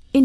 verscheen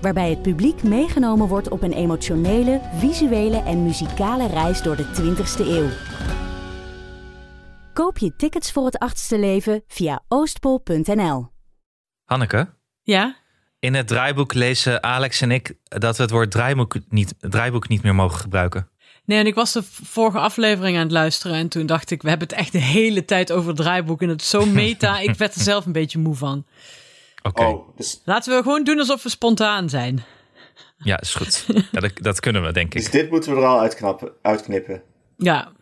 Waarbij het publiek meegenomen wordt op een emotionele, visuele en muzikale reis door de 20ste eeuw. Koop je tickets voor het achtste leven via oostpol.nl. Hanneke, Ja? in het draaiboek lezen Alex en ik dat we het woord draaiboek niet, draaiboek niet meer mogen gebruiken. Nee, en ik was de v- vorige aflevering aan het luisteren en toen dacht ik, we hebben het echt de hele tijd over het draaiboek en het is zo meta, ik werd er zelf een beetje moe van. Oké, Oh, is, Laten we gewoon doen alsof we spontaan zijn. ja, is goed. Ja, dat, dat kunnen we, denk ik. dus dit moeten we er al uitknappen, uitknippen. Ja,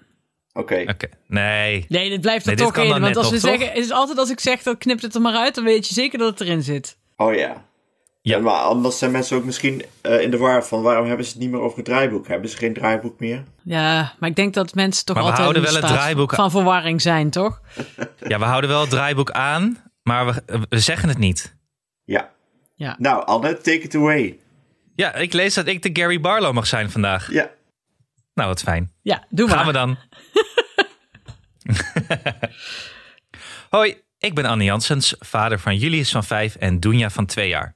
Oké. Oké, nee. nee, dit blijft er Nee, dit toch kan in, dan want net als we nog, toch? zeggen, het is altijd als ik zeg, dan knipt het er maar uit, dan weet je zeker dat het erin zit. Oh ja. Ja. Ja. maar anders zijn mensen ook misschien eh, in de war van waarom hebben ze het niet meer over het draaiboek? Hebben ze geen draaiboek meer? Ja, maar ik denk dat mensen toch Maar we altijd houden in de wel het staat draaiboek- van verwarring zijn, toch? Ja, we houden wel het draaiboek aan, maar we, we zeggen het niet. Ja. Ja. Nou, Anne, take it away. Ja, ik lees dat ik de Gary Barlow mag zijn vandaag. Ja. Nou, wat fijn. Ja, doe maar. Gaan we dan. Hoi, ik ben Anne Janssens, vader van Julius van 5 en Doenja van 2 jaar.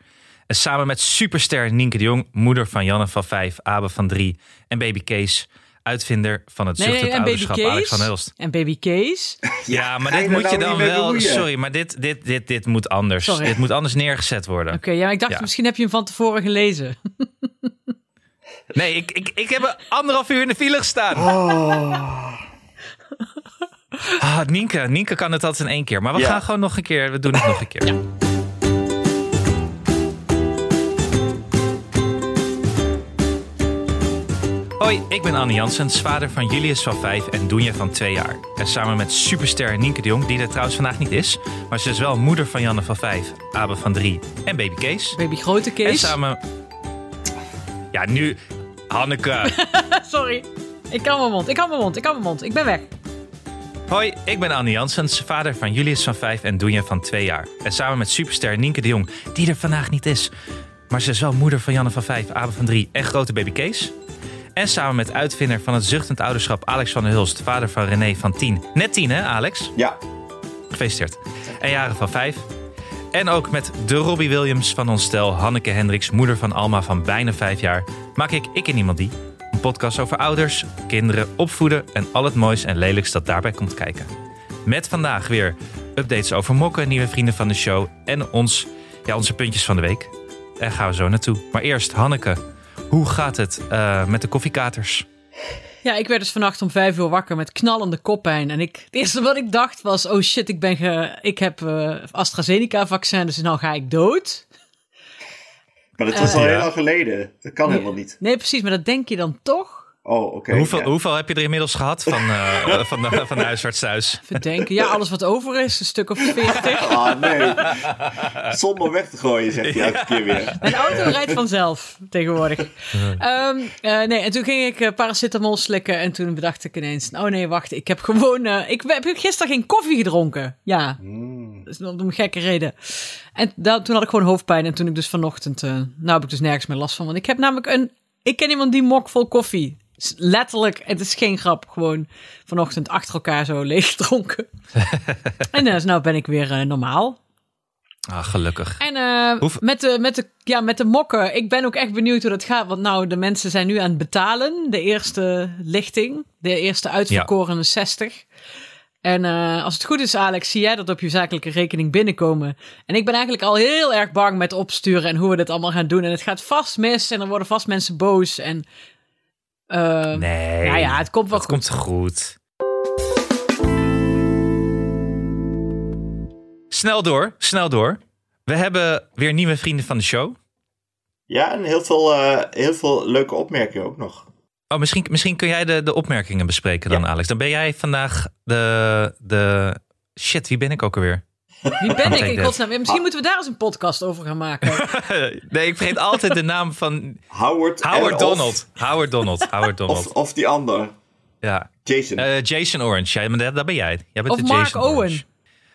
En samen met superster Nienke de Jong, moeder van Janne van 5, Abe van 3 en baby Kees, uitvinder van het Nee, nee, zuchtend en baby ouderschap Alex van Kees. Hulst. En baby Kees. Ja, maar ga dit je moet daar je nou dan niet mee wel. bemoeien? Sorry, maar dit, dit, dit, dit moet anders. Sorry. Dit moet anders neergezet worden. Oké, ja, maar ik dacht, Ja. misschien heb je hem van tevoren gelezen. Nee, ik, ik, ik heb een anderhalf uur in de file gestaan. Ah, Nienke, Nienke kan het altijd in één keer. Maar we Ja. gaan gewoon nog een keer. We doen het nog een keer. Hoi, ik ben Anne Janssens, vader van Julius van 5 en Doenja van 2 jaar. En samen met superster Nienke de Jong, die er trouwens vandaag niet is, maar ze is wel moeder van Janne van 5, Abe van 3 en baby Kees. Baby grote En Kees. samen. Ja, nu. Hanneke. Sorry. Ik kan mijn mond, ik kan mijn mond, ik kan mijn mond. Ik ben weg. Hoi, ik ben Anne Janssens, vader van Julius van 5 en Doenja van 2 jaar. En samen met superster Nienke de Jong, die er vandaag niet is. Maar ze is wel moeder van Janne van 5, Abe van 3 en grote baby Kees. En samen met uitvinder van het zuchtend ouderschap Alex van der Hulst, vader van René van 10. Net 10 hè, Alex? Ja. Gefeliciteerd. En jaren van vijf. En ook met de Robbie Williams van ons stel, Hanneke Hendricks, moeder van Alma van bijna vijf jaar, maak ik Ik en Iemand Die. Een podcast over ouders, kinderen, opvoeden en al het moois en lelijks dat daarbij komt kijken. Met vandaag weer updates over mokken, nieuwe vrienden van de show en ons, ja, onze puntjes van de week. Daar gaan we zo naartoe. Maar eerst, Hanneke, hoe gaat het eh, met de koffiekaters? Ja, ik werd dus vannacht om vijf uur wakker met knallende koppijn. En ik, het eerste wat ik dacht was, oh shit, ik, ben ge, ik heb eh, AstraZeneca-vaccin, dus nou ga ik dood. Maar dat was al Ja. heel lang geleden. Dat kan helemaal niet. Nee, precies, maar dat denk je dan toch? Oh, oké. hoeveel, ja. hoeveel heb je er inmiddels gehad van, eh, van, de, van de huisarts thuis? Verdenken. Ja, alles wat over is, een stuk of veertig. Ah, nee. Zonder weg te gooien, zegt hij elke keer weer. Mijn auto rijdt vanzelf tegenwoordig. Ehm, eh, nee, en toen ging ik eh, paracetamol slikken en toen bedacht ik ineens... Oh nee, wacht, ik heb gewoon... eh, ik heb gisteren geen koffie gedronken. Ja, dat is om een gekke reden. En da- toen had ik gewoon hoofdpijn en toen ik dus vanochtend... eh, nou heb ik dus nergens meer last van, want ik heb namelijk een... Ik ken iemand die mok vol koffie. S- Letterlijk, het is geen grap, gewoon vanochtend achter elkaar zo leeg gedronken. en eh, dus nou ben ik weer eh, normaal. Ah, gelukkig. En eh, Hoeveel- met, de, met, de, ja, met de mokken, ik ben ook echt benieuwd hoe dat gaat. Want nou, de mensen zijn nu aan het betalen. De eerste lichting, de eerste uitverkorene 60. En eh, als het goed is, Alex, zie jij dat op je zakelijke rekening binnenkomen. En ik ben eigenlijk al heel erg bang met opsturen en hoe we dit allemaal gaan doen. En het gaat vast mis en er worden vast mensen boos. En eh, Nee. nou ja, het komt wel dat goed. komt goed. Snel door, snel door. We hebben weer nieuwe vrienden van de show. Ja, en heel veel, eh, heel veel leuke opmerkingen ook nog. Oh, misschien, misschien kun jij de, de opmerkingen bespreken dan, Alex. Dan ben jij vandaag de, de... Shit, wie ben ik ook alweer? Wie ben ik Take in that. godsnaam? Ja, Misschien moeten we daar eens een podcast over gaan maken. nee, ik vergeet altijd de naam van Howard, en Howard of- Donald. Howard Donald. Howard Of, Donald. of die ander. Ja. Jason. Eh, Jason Orange. Ja, maar daar, daar ben jij. jij bent Of de Mark Jason Owen. Orange.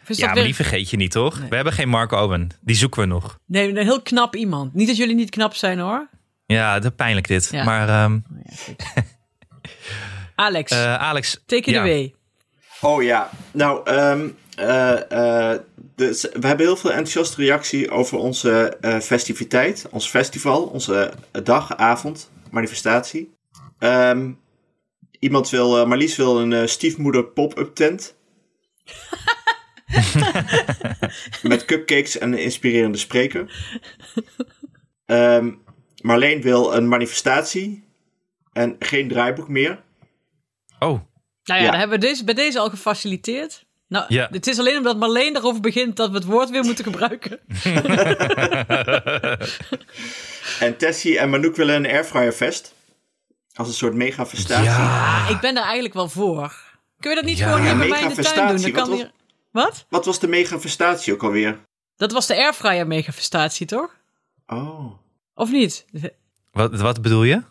Of is Ja, dat maar weer- die vergeet je niet, toch? We hebben geen Mark Owen. Die zoeken we nog. Nee, een heel knap iemand. Niet dat jullie niet knap zijn hoor. Ja, dat pijnlijk dit. Ja. Maar ehm, Alex, eh, Alex. take it ja. away. Oh ja, nou, ehm, eh, eh, dus we hebben heel veel enthousiaste reactie over onze eh, festiviteit, ons festival, onze eh, dag, avond, manifestatie. Ehm, iemand wil, eh, Marlies wil een eh, stiefmoeder pop-up tent. Met cupcakes en een inspirerende spreker. Ehm, Marleen wil een manifestatie en geen draaiboek meer. Oh, Nou ja, Ja. daar hebben we deze, bij deze al gefaciliteerd. Nou, Ja. het is alleen omdat Marleen erover begint dat we het woord weer moeten gebruiken. En Tessie en Manouk willen een airfryer vest. Als een soort mega festatie. Ah, ik ben daar eigenlijk wel voor. Kun je dat niet Ja. gewoon Ja, hier bij mij in de tuin doen? megafestatie, Dan kan wat hier... Wat? Wat was de mega festatie ook alweer? Dat was de airfryer megafestatie, toch? Oh. Of niet? wat, wat bedoel je?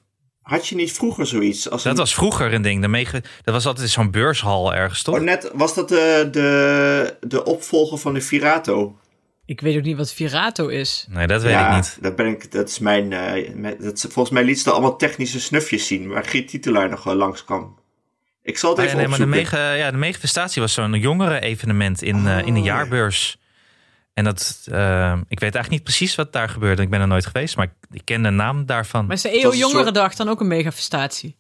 Had je niet vroeger zoiets? Als Dat een- was vroeger een ding. De mega, dat was altijd zo'n beurshal ergens, toch? Oh, net, was dat de, de, de opvolger van de Virato? Ik weet ook niet wat Virato is. Nee, dat weet ja, ik niet. Dat, ben ik, dat is mijn... eh, mijn- dat, is- volgens mij liet ze daar allemaal technische snufjes zien, waar Giet Titelaar nog langs langskwam. Ik zal het Ah, ja, even nee, maar de opzoeken. mega, ja, de megafestatie was zo'n jongeren-evenement in, eh, in Oh. de jaarbeurs. En dat, eh, ik weet eigenlijk niet precies wat daar gebeurde. Ik ben er nooit geweest, maar ik, ik ken de naam daarvan. Maar is de was een EO-jongerendag dan ook een megafestatie?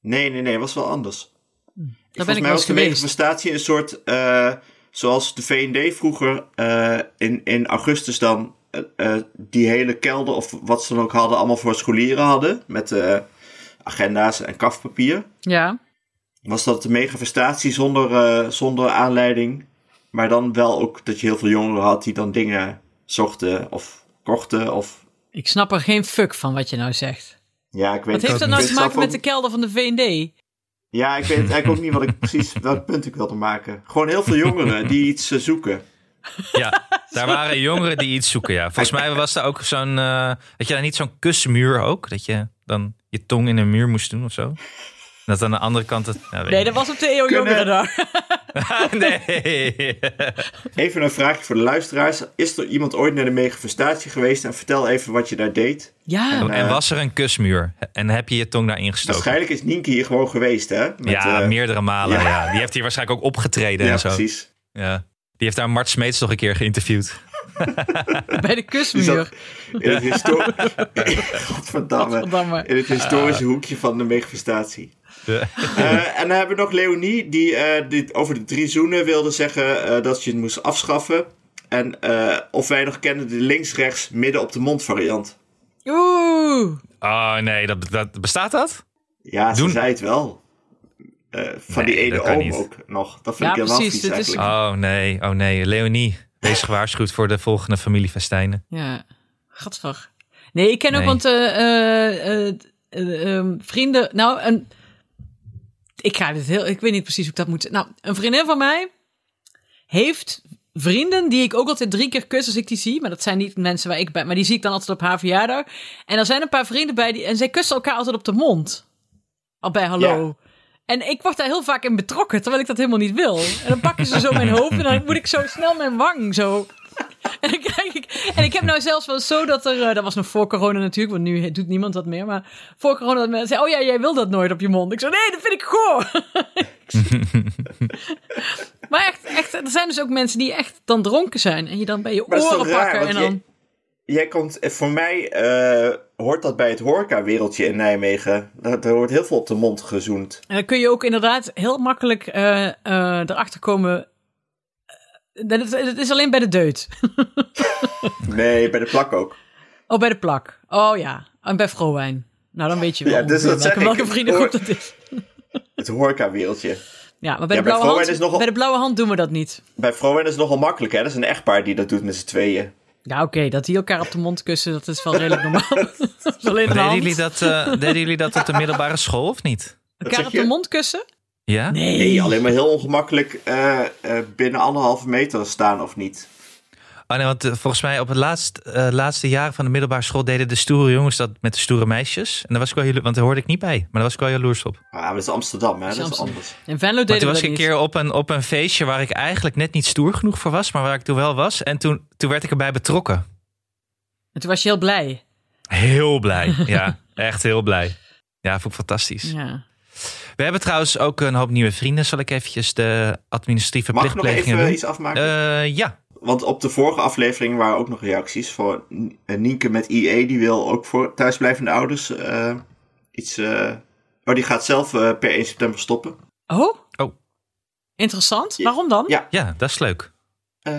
Nee, nee, nee, was wel anders. Daar ben Volgens ik mij wel was eens de geweest. megafestatie een soort, eh, zoals de V&D vroeger eh, in, in augustus dan eh, eh, die hele kelder of wat ze dan ook hadden, allemaal voor scholieren hadden met eh, agenda's en kafpapier. Ja. Was dat de megafestatie zonder, eh, zonder aanleiding, maar dan wel ook dat je heel veel jongeren had die dan dingen zochten of kochten of... Ik snap er geen fuck van wat je nou zegt. Ja, ik weet Wat heeft het dat ook nou niet. te Ik weet maken met zelf ook- de kelder van de V&D? Ja, ik weet eigenlijk ook niet wat ik precies, welk punt ik wilde maken. Gewoon heel veel jongeren die iets eh, zoeken. Ja, daar waren jongeren die iets zoeken, ja. Volgens mij was daar ook zo'n... eh had je daar niet zo'n kusmuur ook? Dat je dan je tong in een muur moest doen of zo? En Dat aan de andere kant... Het, nou, weet Nee, ik dat was op de EO-jongerendag. niet. Ah, nee. Even een vraagje voor de luisteraars. Is er iemand ooit naar de megafestatie geweest? En vertel even wat je daar deed. Ja, En was er een kusmuur? En heb je je tong daarin gestoken? Waarschijnlijk is Nienke hier gewoon geweest, hè? Met, Ja, eh, meerdere malen, ja. ja. Die heeft hier waarschijnlijk ook opgetreden Ja, en zo. precies. Ja. Die heeft daar Mart Smeets nog een keer geïnterviewd. bij de Die zat kusmuur. in het, histo- Godverdamme. Godverdamme. in het historische hoekje van de megafestatie. Ja. Eh, en dan hebben we nog Leonie, die, eh, die over de drie zoenen wilde zeggen eh, dat je het moest afschaffen. En eh, of wij nog kennen de links-rechts midden op de mond variant. Oeh. Oh nee, dat, dat, bestaat dat? Ja, ze Doen- zei het wel. Eh, van Nee, die ene dat kan oom niet. ook nog. Dat vind Ja, ik helemaal precies, precies, dit is- eigenlijk. Oh nee, oh nee. Leonie, wees gewaarschuwd voor de volgende familiefestijnen. Ja, gadver. Nee, ik ken ook, Nee. want eh, eh, eh, eh, ehm, vrienden... Nou, een, ik ga dit heel... Ik weet niet precies hoe ik dat moet... Nou, een vriendin van mij heeft vrienden die ik ook altijd drie keer kus als ik die zie. Maar dat zijn niet mensen waar ik ben. Maar die zie ik dan altijd op haar verjaardag. En er zijn een paar vrienden bij die... En zij kussen elkaar altijd op de mond. Al bij hallo. En ik word daar heel vaak in betrokken, terwijl ik dat helemaal niet wil. En dan pakken ze zo mijn hoofd en dan moet ik zo snel mijn wang zo en, dan krijg ik, en ik heb nou zelfs wel zo dat er. eh, dat was nog voor corona natuurlijk, want nu doet niemand dat meer. Maar voor corona dat mensen zeiden: Oh ja, jij wil dat nooit op je mond. Ik zo: Nee, dat vind ik goor. maar echt, echt, er zijn dus ook mensen die echt dan dronken zijn. En je dan bij je Maar dat is oren toch raar, pakken. En want dan. Jij komt, eh, voor mij eh, hoort dat bij het horeca-wereldje in Nijmegen. Er, er wordt heel veel op de mond gezoend. En dan kun je ook inderdaad heel makkelijk eh, eh, erachter komen. eh, dat het, het is alleen bij de deut. Nee, bij de plak ook. Oh, bij de plak. Oh ja. En bij Vrouwijn. Nou, dan weet je wel Ja, dus ongeveer dat zeg welke, ik. welke vriendengroep Hoor- dat is. Het horeca-wereldje. Ja, maar bij, Ja, bij de, blauwe Vrouwijn hand, is nogal- bij de blauwe hand doen we dat niet. Bij Vrouwen is het nogal makkelijk, hè? Dat is een echtpaar die dat doet met z'n tweeën. Ja, oké, dat die elkaar op de mond kussen, dat is wel redelijk normaal. dat is alleen een Deden hand. jullie, dat, eh, deden jullie dat op de middelbare school of niet? zeg elkaar op je? de mond kussen? Ja? Nee, alleen maar heel ongemakkelijk eh, eh, binnen anderhalve meter staan of niet. Oh nee, want eh, volgens mij op het laatst, eh, laatste jaar van de middelbare school deden de stoere jongens dat met de stoere meisjes. En daar was ik wel jalo- want daar hoorde ik niet bij. Maar daar was ik wel jaloers op. Ah, maar dat is Amsterdam, hè? is Dat is, Amsterdam. anders. In Venlo Maar deden toen we was dat ik een niet. keer op een, op een feestje waar ik eigenlijk net niet stoer genoeg voor was, maar waar ik toen wel was. En toen, toen werd ik erbij betrokken. En toen was je heel blij. Heel blij. Ja, echt heel blij. Ja, vond ik fantastisch. Ja. We hebben trouwens ook een hoop nieuwe vrienden. Zal ik eventjes de administratieve Mag ik nog plichtplegingen even doen? iets afmaken? Eh, ja. Want op de vorige aflevering waren ook nog reacties voor Nienke met IE. Die wil ook voor thuisblijvende ouders eh, iets... eh oh, die gaat zelf eh, per 1 september stoppen. Oh? Oh. Interessant. Ja. Waarom dan? Ja. ja, dat is leuk. Eh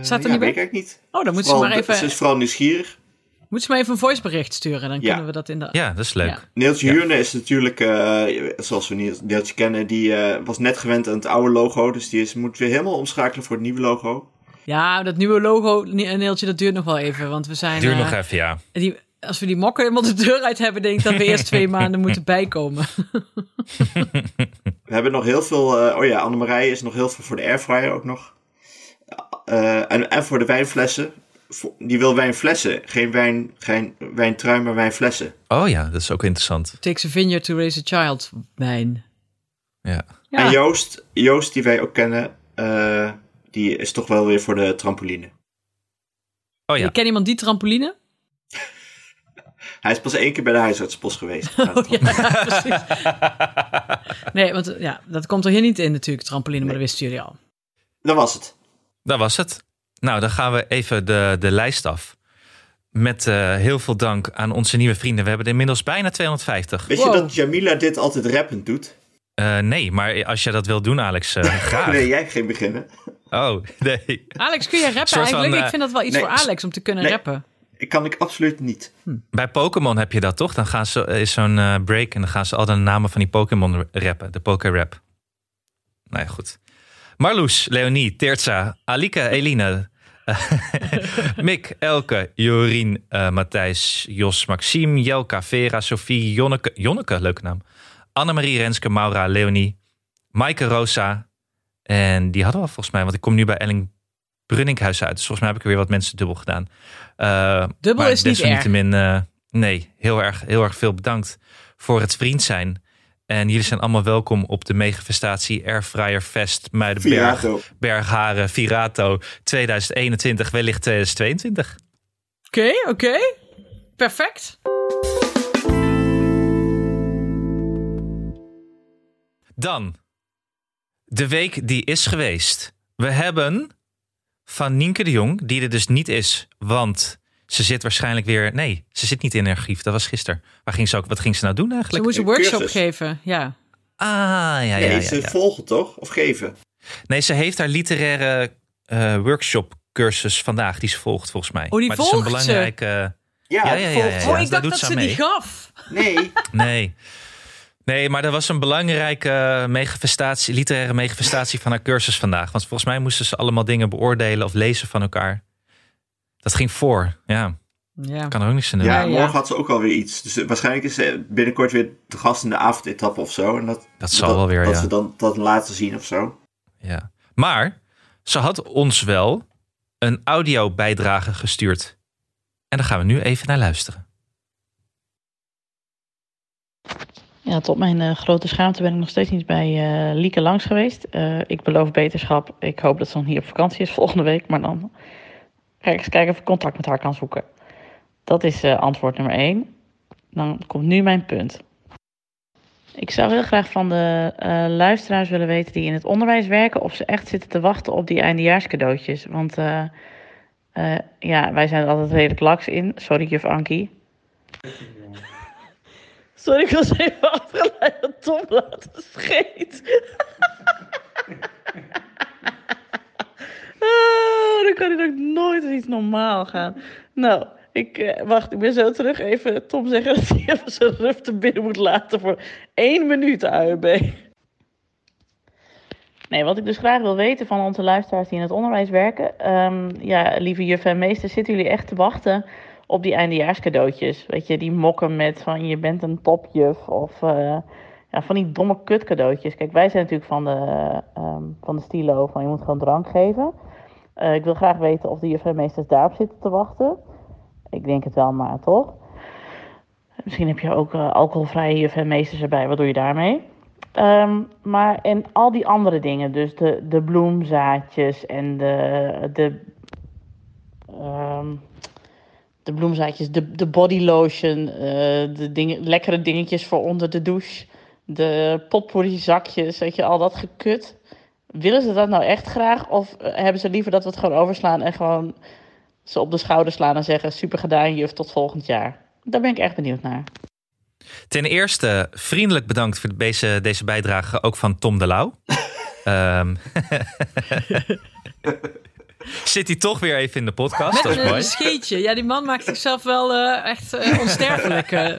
Staat er ja, niet bij? weet ik eigenlijk niet. Oh, dan moeten ze, Vooral- maar even, Ze is vooral nieuwsgierig. moeten ze maar even een voicebericht sturen. Dan Ja. kunnen we dat in de... Ja, dat is leuk. Ja. Neeltje Ja. Huurne is natuurlijk, eh, zoals we Nie- Neeltje kennen, die eh, was net gewend aan het oude logo. Dus die is, moet weer helemaal omschakelen voor het nieuwe logo. Ja, dat nieuwe logo, Ne- Neeltje, dat duurt nog wel even. Want we zijn... Duur nog eh, even, ja. die, als we die mokken helemaal de deur uit hebben, denk ik dat we eerst twee maanden moeten bijkomen. We hebben nog heel veel. eh, oh ja, Annemarije is nog heel veel voor de airfryer ook nog. Eh, en, en voor de wijnflessen. Voor- die wil wijnflessen. Geen, wijn, geen wijntrui, maar wijnflessen. Oh ja, dat is ook interessant. Takes a vineyard to raise a child, mijn. Ja. Ja. En Joost, Joost, die wij ook kennen, eh, die is toch wel weer voor de trampoline. Oh ja. Je kent iemand die trampoline? Hij is pas één keer bij de huisartspost geweest. Oh, ja, precies. Nee, want eh, ja, dat komt er hier niet in natuurlijk, trampoline, maar dat wisten jullie al. Dat was het. Dat was het. Nou, dan gaan we even de, de lijst af. Met eh, heel veel dank aan onze nieuwe vrienden. We hebben er inmiddels bijna 250. Weet Wow. je dat Jamila dit altijd rappend doet? Eh, nee, maar als je dat wil doen, Alex, eh, graag. Nee, jij ging beginnen. Oh, nee. Alex, kun je rappen Soort van, eigenlijk? eh, ik vind dat wel iets nee, voor Alex om te kunnen nee. rappen. Ik kan ik absoluut niet. Bij Pokémon heb je dat toch? Dan gaan ze, is zo'n eh, break en dan gaan ze al de namen van die Pokémon rappen. De Poké-rap. Nou ja, goed. Marloes, Leonie, Teertsa, Alika, Eline, eh, Mick, Elke, Jorien, eh, Matthijs, Jos, Maxime, Jelka, Vera, Sophie, Jonneke, Jonneke, leuke naam. Annemarie, Renske, Maura, Leonie, Maaike, Rosa. En die hadden we al volgens mij, want ik kom nu bij Elling Brunninkhuis uit. Dus volgens mij heb ik er weer wat mensen dubbel gedaan. Eh, Dubbel maar is niet desalniettemin, eh, nee, heel erg, heel erg veel bedankt voor het vriend zijn. En jullie zijn allemaal welkom op de megafestatie Airfryer Fest Muidenberg, Virato. Bergharen, Virato 2021, wellicht eh, 2022. Oké, oké. Perfect. Dan, de week die is geweest. We hebben van Nienke de Jong, die er dus niet is, want ze zit waarschijnlijk weer... Nee, ze zit niet in haar archief, dat was gisteren. Waar ging ze ook, wat ging ze nou doen Ze eigenlijk? moest een een workshop cursus. geven, ja. Ah, ja, ja, nee, ja, ze ja. volgen toch? Of geven? Nee, ze heeft haar literaire eh, workshop cursus vandaag, die ze volgt volgens mij. Oh, die maar het is volgt een ze? belangrijke... Ja, Ja, ja, ja, volgt ja, ze. ja. oh, ik daar dacht doet dat ze ze aan die mee. gaf. Nee. Nee. Nee, maar er was een belangrijke eh, megafestatie, literaire megafestatie van haar cursus vandaag. Want volgens mij moesten ze allemaal dingen beoordelen of lezen van elkaar. Dat ging voor. Ja, Ja. kan er ook niks aan doen. Ja, ja. morgen had ze ook alweer iets. Dus eh, waarschijnlijk is ze binnenkort weer de gast in de avondetappe of zo. En dat, Dat zal wel weer, Dat ja. ze dan dat laten zien of zo. Ja. Maar ze had ons wel een audiobijdrage gestuurd. En daar gaan we nu even naar luisteren. Ja, tot mijn eh, grote schaamte ben ik nog steeds niet bij eh, Lieke langs geweest. Eh, ik beloof beterschap. Ik hoop dat ze nog hier op vakantie is volgende week. Maar dan ga ik eens kijken of ik contact met haar kan zoeken. Dat is eh, antwoord nummer één. Dan komt nu mijn punt. Ik zou heel graag van de eh, luisteraars willen weten die in het onderwijs werken... of ze echt zitten te wachten op die eindejaarscadeautjes. Want eh, eh, ja, wij zijn er altijd redelijk laks in. Sorry, juf Ankie. Sorry, ik was even afgeleid dat Tom laten scheet. oh, dan kan dit ook nooit eens iets normaal gaan. Nou, ik, eh, wacht, ik ben zo terug. Even Tom zeggen dat hij even zijn ruf te binnen moet laten voor één minuut AUB. Nee, wat ik dus graag wil weten van onze luisteraars die in het onderwijs werken. ehm, ja, lieve juffen en meesters, zitten jullie echt te wachten op die eindejaarscadeautjes. Weet je, die mokken met van je bent een topjuf of eh, ja, van die domme kut eh, cadeautjes. Kijk, wij zijn natuurlijk van de, ehm, van de stilo van je moet gewoon drank geven. Eh, ik wil graag weten of de juf en meesters daarop zitten te wachten. Ik denk het wel, maar toch. Misschien heb je ook eh, alcoholvrije juf en meesters erbij. Wat doe je daarmee? Ehm, maar en al die andere dingen, dus de, de bloemzaadjes en de, de, ehm, de bloemzaadjes, de, de body lotion, eh, de dingen, lekkere dingetjes voor onder de douche, de potpourri zakjes, weet je, al dat gekut. Willen ze dat nou echt graag? Of eh, hebben ze liever dat we het gewoon overslaan en gewoon ze op de schouder slaan en zeggen: super gedaan, juf, tot volgend jaar? Daar ben ik echt benieuwd naar. Ten eerste, vriendelijk bedankt voor deze, deze bijdrage, ook van Tom de Lauw. Ehm, zit hij toch weer even in de podcast, dat is Een mooi. scheetje. Ja, die man maakt zichzelf wel eh, echt eh, onsterfelijk. eh,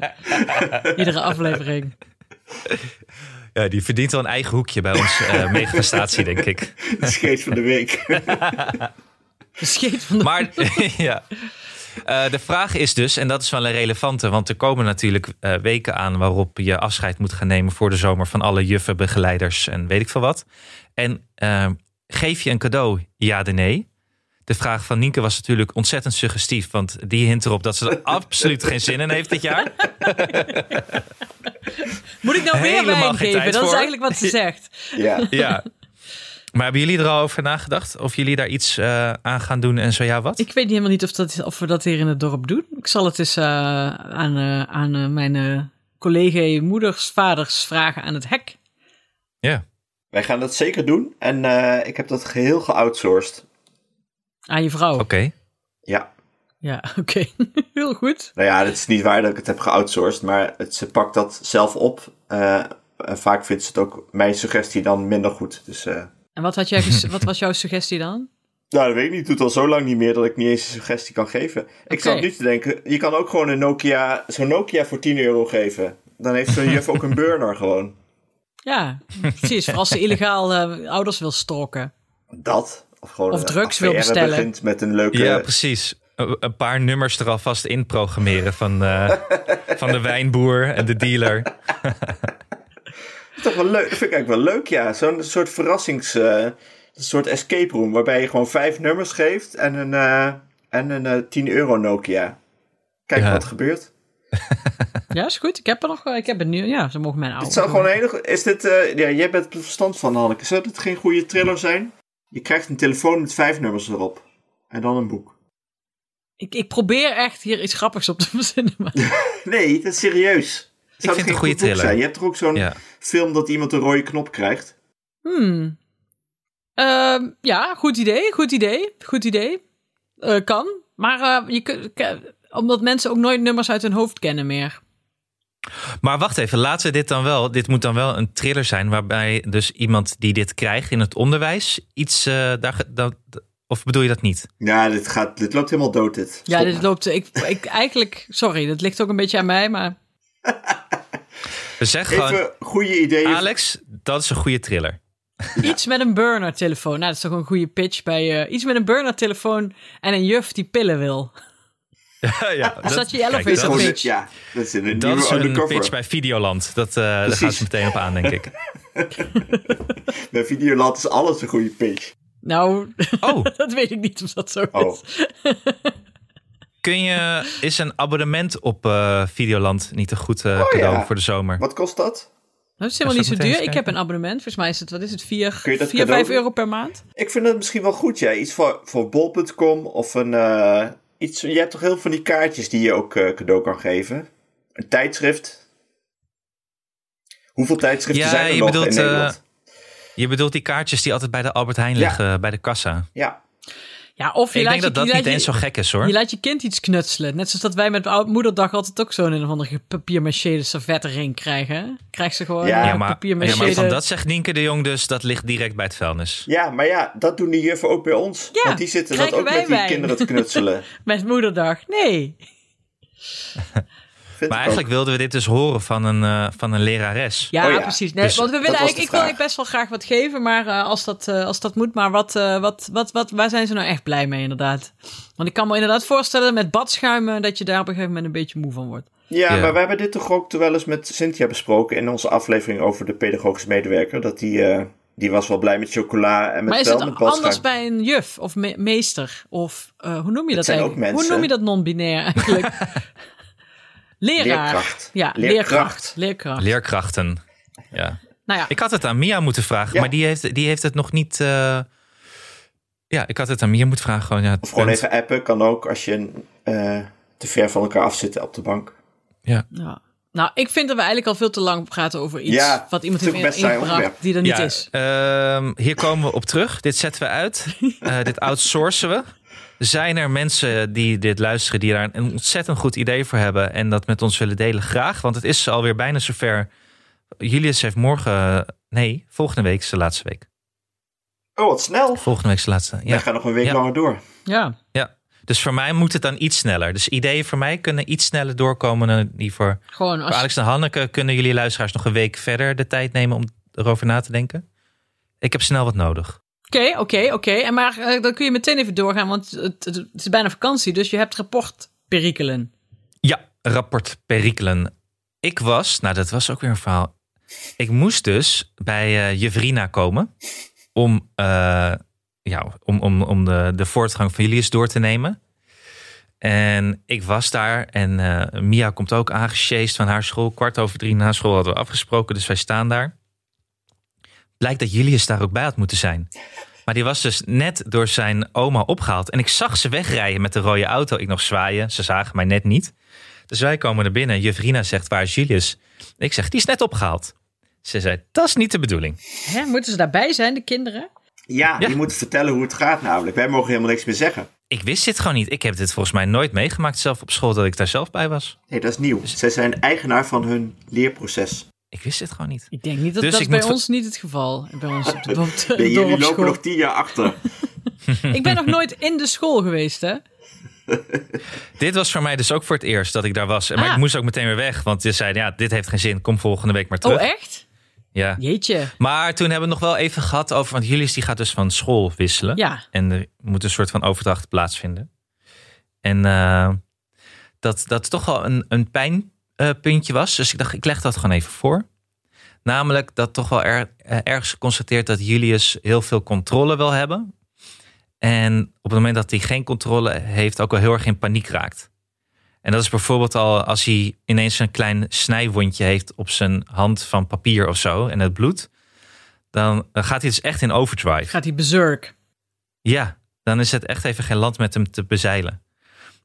iedere aflevering. Ja, die verdient wel een eigen hoekje bij ons eh megafestatie, denk ik. De scheet van de week. De scheet van de... Maar ja. Eh, de vraag is dus, en dat is wel een relevante, want er komen natuurlijk eh, weken aan waarop je afscheid moet gaan nemen voor de zomer van alle juffen, begeleiders en weet ik veel wat. En eh, geef je een cadeau, ja de nee? De vraag van Nienke was natuurlijk ontzettend suggestief, want die hint erop dat ze er absoluut geen zin in heeft dit jaar. Moet ik nou weer helemaal geen wijn geven? tijd Dat is voor. eigenlijk wat ze zegt. Ja. Ja. Maar hebben jullie er al over nagedacht? Of jullie daar iets eh, aan gaan doen en zo ja wat? Ik weet helemaal niet of, dat, of we dat hier in het dorp doen. Ik zal het eens eh, aan, eh, aan eh, mijn eh, collega moeders, vaders vragen aan het hek. Ja. Wij gaan dat zeker doen. En eh, ik heb dat geheel geoutsourced. Aan je vrouw. Oké. Ja. Ja, oké. Heel goed. Nou ja, het is niet waar dat ik het heb geoutsourced, maar het, ze pakt dat zelf op. Eh, en vaak vindt ze het ook mijn suggestie dan minder goed. Dus, eh, En wat, had jij ges- wat was jouw suggestie dan? nou, dat weet ik niet. Het doet al zo lang niet meer dat ik niet eens een suggestie kan geven. Ik Oké. zat nu te denken, je kan ook gewoon een Nokia, zo'n Nokia voor 10 euro geven. Dan heeft zo'n juf ook een burner gewoon. Ja, precies. Voor als ze illegaal eh, ouders wil stalken. Dat. Of gewoon Of een drugs wil affaire bestellen. begint met een leuke... Ja, precies. Een een paar nummers er alvast in programmeren van, eh, van de wijnboer en de dealer. Toch wel leuk. Dat vind ik eigenlijk wel leuk, ja. Zo'n soort verrassings... eh, een soort escape room waarbij je gewoon vijf nummers geeft en een, eh, en een eh, 10 euro Nokia. Kijk Ja. wat er gebeurt. Ja, is goed. Ik heb er nog. eh, Ik heb het nu. Ja, ze mogen mijn Het ouders. zou gewoon een hele... go- Is dit... eh, ja, jij bent er verstand van, Hanneke. Zou dit geen goede thriller zijn? Je krijgt een telefoon met vijf nummers erop. En dan een boek. Ik, ik probeer echt hier iets grappigs op te verzinnen. Maar Nee, dat is serieus. Zou vind het het geen een goed goede boek thriller. zijn? Je hebt toch ook zo'n Ja. film dat iemand een rode knop krijgt? Hmm. Ehm, ja, goed idee, goed idee, goed idee. Eh, kan, maar eh, je kun- ke- omdat mensen ook nooit nummers uit hun hoofd kennen meer. Maar wacht even, laten we dit dan wel. Dit moet dan wel een thriller zijn waarbij dus iemand die dit krijgt in het onderwijs iets eh, daar, ge- dat, of bedoel je dat niet? Ja, dit, gaat, dit loopt helemaal dood, dit. Stop Ja, dit maar. loopt. Ik, ik eigenlijk, sorry, dat ligt ook een beetje aan mij, maar We zeggen gewoon, Even goede ideeën. Alex, dat is een goede thriller. iets met een burner telefoon. Nou, dat is toch een goede pitch bij eh, iets met een burner telefoon en een juf die pillen wil. ja, Is dat je kijk, Dit is elevator gewoon dat, pitch? een- Ja, dat is een dat nieuwe is een undercover. pitch bij Videoland. Dat, eh, daar Precies. gaan ze meteen op aan, denk ik. Bij Videoland is alles een goede pitch. Nou, Oh, dat weet ik niet of dat zo Oh, is. kun je, is een abonnement op eh, Videoland niet een goed eh, cadeau Oh, ja. voor de zomer? wat kost dat? Dat Nou, is helemaal niet Zal zo ik meteen duur. eens Ik heb een abonnement. Volgens mij is het, wat is het, 4, Kun je dat 4 cadeau 5 doen? euro per maand? Ik vind dat misschien wel goed, ja. Iets voor, voor bol.com of een... eh, iets, je hebt toch heel veel van die kaartjes die je ook eh, cadeau kan geven? Een tijdschrift? Hoeveel tijdschriften Ja, zijn er je nog bedoelt, in eh, Nederland? Je bedoelt die kaartjes die altijd bij de Albert Heijn Ja. liggen, eh, bij de kassa. ja, Ja, of je ik laat denk dat je, dat je laat niet je- eens zo gek is hoor. Je laat je kind iets knutselen. Net zoals dat wij met oud moederdag altijd ook zo'n een of andere papier-maché servet erin krijgen. Krijgt ze gewoon Ja, ja, ja, maar, ja, papier-maché. maar van de- dat zegt Nienke de Jong dus, dat ligt direct bij het vuilnis. ja, maar ja, dat doen die juffen ook bij ons. Ja, want die zitten dat krijgen ook wij met die wijn. kinderen te knutselen. Met moederdag. Nee. Vind Maar ik eigenlijk ook. wilden we dit dus horen van een, eh, van een lerares. Ja, Oh ja, precies. Nee, dus want we dat willen was de eigenlijk, ik wil vraag. eigenlijk best wel graag wat geven, maar eh, als, dat, eh, als dat moet. Maar wat, eh, wat, wat, wat, waar zijn ze nou echt blij mee inderdaad? Want ik kan me inderdaad voorstellen met badschuimen dat je daar op een gegeven moment een beetje moe van wordt. Ja, Ja. maar we hebben dit toch ook wel eens met Cynthia besproken in onze aflevering over de pedagogische medewerker. Dat die eh, die was wel blij met chocola en met maar is wel het met boterham. anders bij een juf of me- meester? Of eh, hoe noem je dat zijn ook eigenlijk? Hoe mensen. noem je dat non-binair eigenlijk? Leraar. Leerkracht. Ja, Leerkracht. leerkracht. Leerkracht. Leerkrachten. Ja. nou ja, Ik had het aan Mia moeten vragen, Ja. maar die heeft, die heeft het nog niet. eh, Ja, ik had het aan Mia moeten vragen. Gewoon, ja, het Of gewoon punt. even appen kan ook als je eh, te ver van elkaar afzit op de bank. ja. Nou, ik vind dat we eigenlijk al veel te lang praten over iets Ja, wat iemand het heeft is ook best saai ingebracht onderwerp. die er niet ja, is. ehm, hier komen we op terug. Dit zetten we uit. Eh, dit outsourcen we. Zijn er mensen die dit luisteren, die daar een ontzettend goed idee voor hebben en dat met ons willen delen? Graag, want het is alweer bijna zover. Julius heeft morgen, eh, nee, volgende week is de laatste week. Oh, wat snel. Volgende week is de laatste. Wij Ja. gaan nog een week Ja. langer door. Ja. ja. Dus voor mij moet het dan iets sneller. Dus ideeën voor mij kunnen iets sneller doorkomen dan die voor Gewoon Voor als Alex en Hanneke kunnen jullie luisteraars nog een week verder de tijd nemen om erover na te denken? Ik heb snel wat nodig. Oké, oké, oké. En Maar eh, dan kun je meteen even doorgaan, want het, het, het is bijna vakantie, dus je hebt rapportperikelen. Ja, rapport perikelen. Ik was, nou dat was ook weer een verhaal. Ik moest dus bij eh Jevrina komen om, eh, ja, om, om, om de, de voortgang van jullie eens door te nemen. En ik was daar en eh, Mia komt ook aangesjeest van haar school. Kwart over drie na school hadden we afgesproken, dus wij staan daar. Blijkt dat Julius daar ook bij had moeten zijn. Maar die was dus net door zijn oma opgehaald. En ik zag ze wegrijden met de rode auto. Ik nog zwaaien. Ze zagen mij net niet. Dus wij komen er binnen. Juvrina zegt, waar is Julius? Ik zeg, die is net opgehaald. Ze zei, dat is niet de bedoeling. Hè, moeten ze daarbij zijn, de kinderen? Ja, Ja. je moet vertellen hoe het gaat namelijk. Wij mogen helemaal niks meer zeggen. Ik wist dit gewoon niet. Ik heb dit volgens mij nooit meegemaakt zelf op school dat ik daar zelf bij was. Nee, dat is nieuw. Dus- Zij zijn eigenaar van hun leerproces. Ik wist dit gewoon niet. Ik denk niet dat Dus dat ik is bij moet ver- ons niet het geval. Bij ons op de, op de Nee, jullie lopen dorpsschool. nog tien jaar achter. Ik ben nog nooit in de school geweest, hè? Oh, Dit was voor mij dus ook voor het eerst dat ik daar was. Maar Ah. ik moest ook meteen weer weg. Want ze zeiden, ja, dit heeft geen zin. Kom volgende week maar terug. Oh, echt? Ja. Jeetje. Maar toen hebben we het nog wel even gehad over. Want Julius die gaat dus van school wisselen. Ja. En er moet een soort van overdracht plaatsvinden. En eh, dat, dat toch wel een, een pijnpuntje was. Dus ik dacht, ik leg dat gewoon even voor. Namelijk dat toch wel er, eh, ergens geconstateerd dat Julius heel veel controle wil hebben. En op het moment dat hij geen controle heeft, ook wel heel erg in paniek raakt. En dat is bijvoorbeeld al als hij ineens een klein snijwondje heeft op zijn hand van papier of zo en het bloed. Dan eh, gaat hij dus echt in overdrive. Gaat hij bezurk. Ja, dan is het echt even geen land met hem te bezeilen.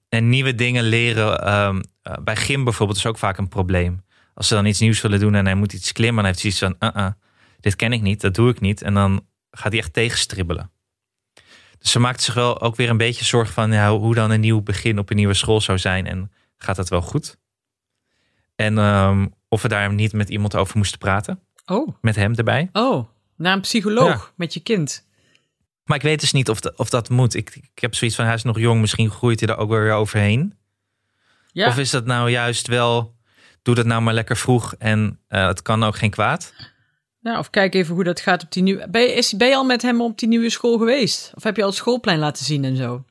En nieuwe dingen leren. ehm, eh, bij gym bijvoorbeeld is ook vaak een probleem. Als ze dan iets nieuws willen doen en hij moet iets klimmen, dan heeft hij iets van: uh dit ken ik niet, dat doe ik niet. En dan gaat hij echt tegenstribbelen. Dus ze maakt zich wel ook weer een beetje zorgen van ja, hoe dan een nieuw begin op een nieuwe school zou zijn. En gaat dat wel goed? En ehm, of we daar niet met iemand over moesten praten, Oh, met hem erbij. oh. Naar een psycholoog Ja. met je kind. Maar ik weet dus niet of, de- of dat moet. Ik, ik heb zoiets van, hij is nog jong, misschien groeit hij er ook wel weer overheen. Ja. Of is dat nou juist wel, doe dat nou maar lekker vroeg en eh, het kan ook geen kwaad. Nou, of kijk even hoe dat gaat op die nieuwe... Ben je, is, ben je al met hem op die nieuwe school geweest? Of heb je al het schoolplein laten zien en zo?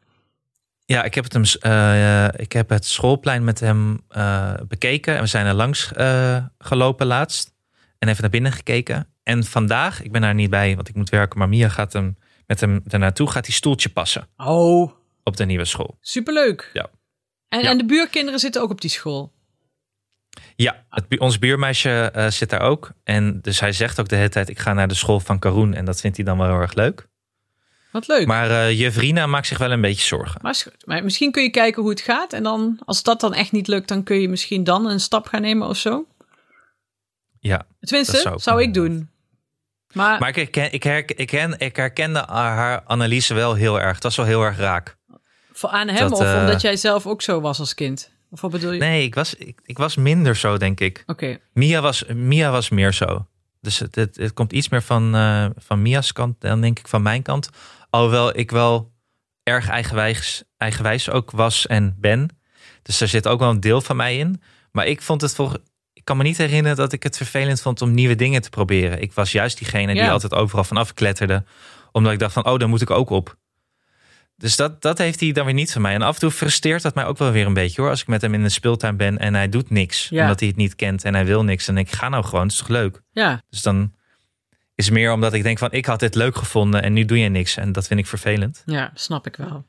Ja, ik heb het, hem, s- eh, ik heb het schoolplein met hem eh, bekeken en we zijn er langs eh, gelopen laatst. En even naar binnen gekeken. En vandaag, ik ben daar niet bij, want ik moet werken, maar Mia gaat hem met hem daarnaartoe, gaat die stoeltje passen Oh, op de nieuwe school. superleuk. Ja. En, Ja. en de buurkinderen zitten ook op die school. Ja, het, bu- ons buurmeisje eh, zit daar ook. En dus hij zegt ook de hele tijd: ik ga naar de school van Karoen. En dat vindt hij dan wel heel erg leuk. Wat leuk. Maar eh Jevrina maakt zich wel een beetje zorgen. Maar, is goed. maar misschien kun je kijken hoe het gaat. En dan, als dat dan echt niet lukt, dan kun je misschien dan een stap gaan nemen of zo. Ja, Tenminste, Dat zou, zou ik kunnen. doen. Maar, maar ik herken, ik, herken, ik, herken, ik herkende haar, haar analyse wel heel erg. Het was wel heel erg raak. voor aan hem dat, of eh, omdat jij zelf ook zo was als kind? Of wat bedoel je? Nee, ik was, ik, ik was minder zo, denk ik. Oké, Mia was, Mia was meer zo. Dus het, het, het komt iets meer van, eh, van Mia's kant dan denk ik van mijn kant. Alhoewel ik wel erg eigenwijs, eigenwijs ook was en ben. Dus daar zit ook wel een deel van mij in. Maar ik vond het volgens... Ik kan me niet herinneren dat ik het vervelend vond om nieuwe dingen te proberen. Ik was juist diegene die Ja. altijd overal vanaf kletterde. Omdat ik dacht van, oh, daar moet ik ook op. Dus dat, dat heeft hij dan weer niet van mij. En af en toe frustreert dat mij ook wel weer een beetje hoor. Als ik met hem in de speeltuin ben en hij doet niks. Ja. Omdat hij het niet kent en hij wil niks. En ik ga nou gewoon, het is toch leuk? ja. Dus dan Is meer omdat ik denk van ik had dit leuk gevonden en nu doe je niks. En dat vind ik vervelend. Ja, snap ik wel.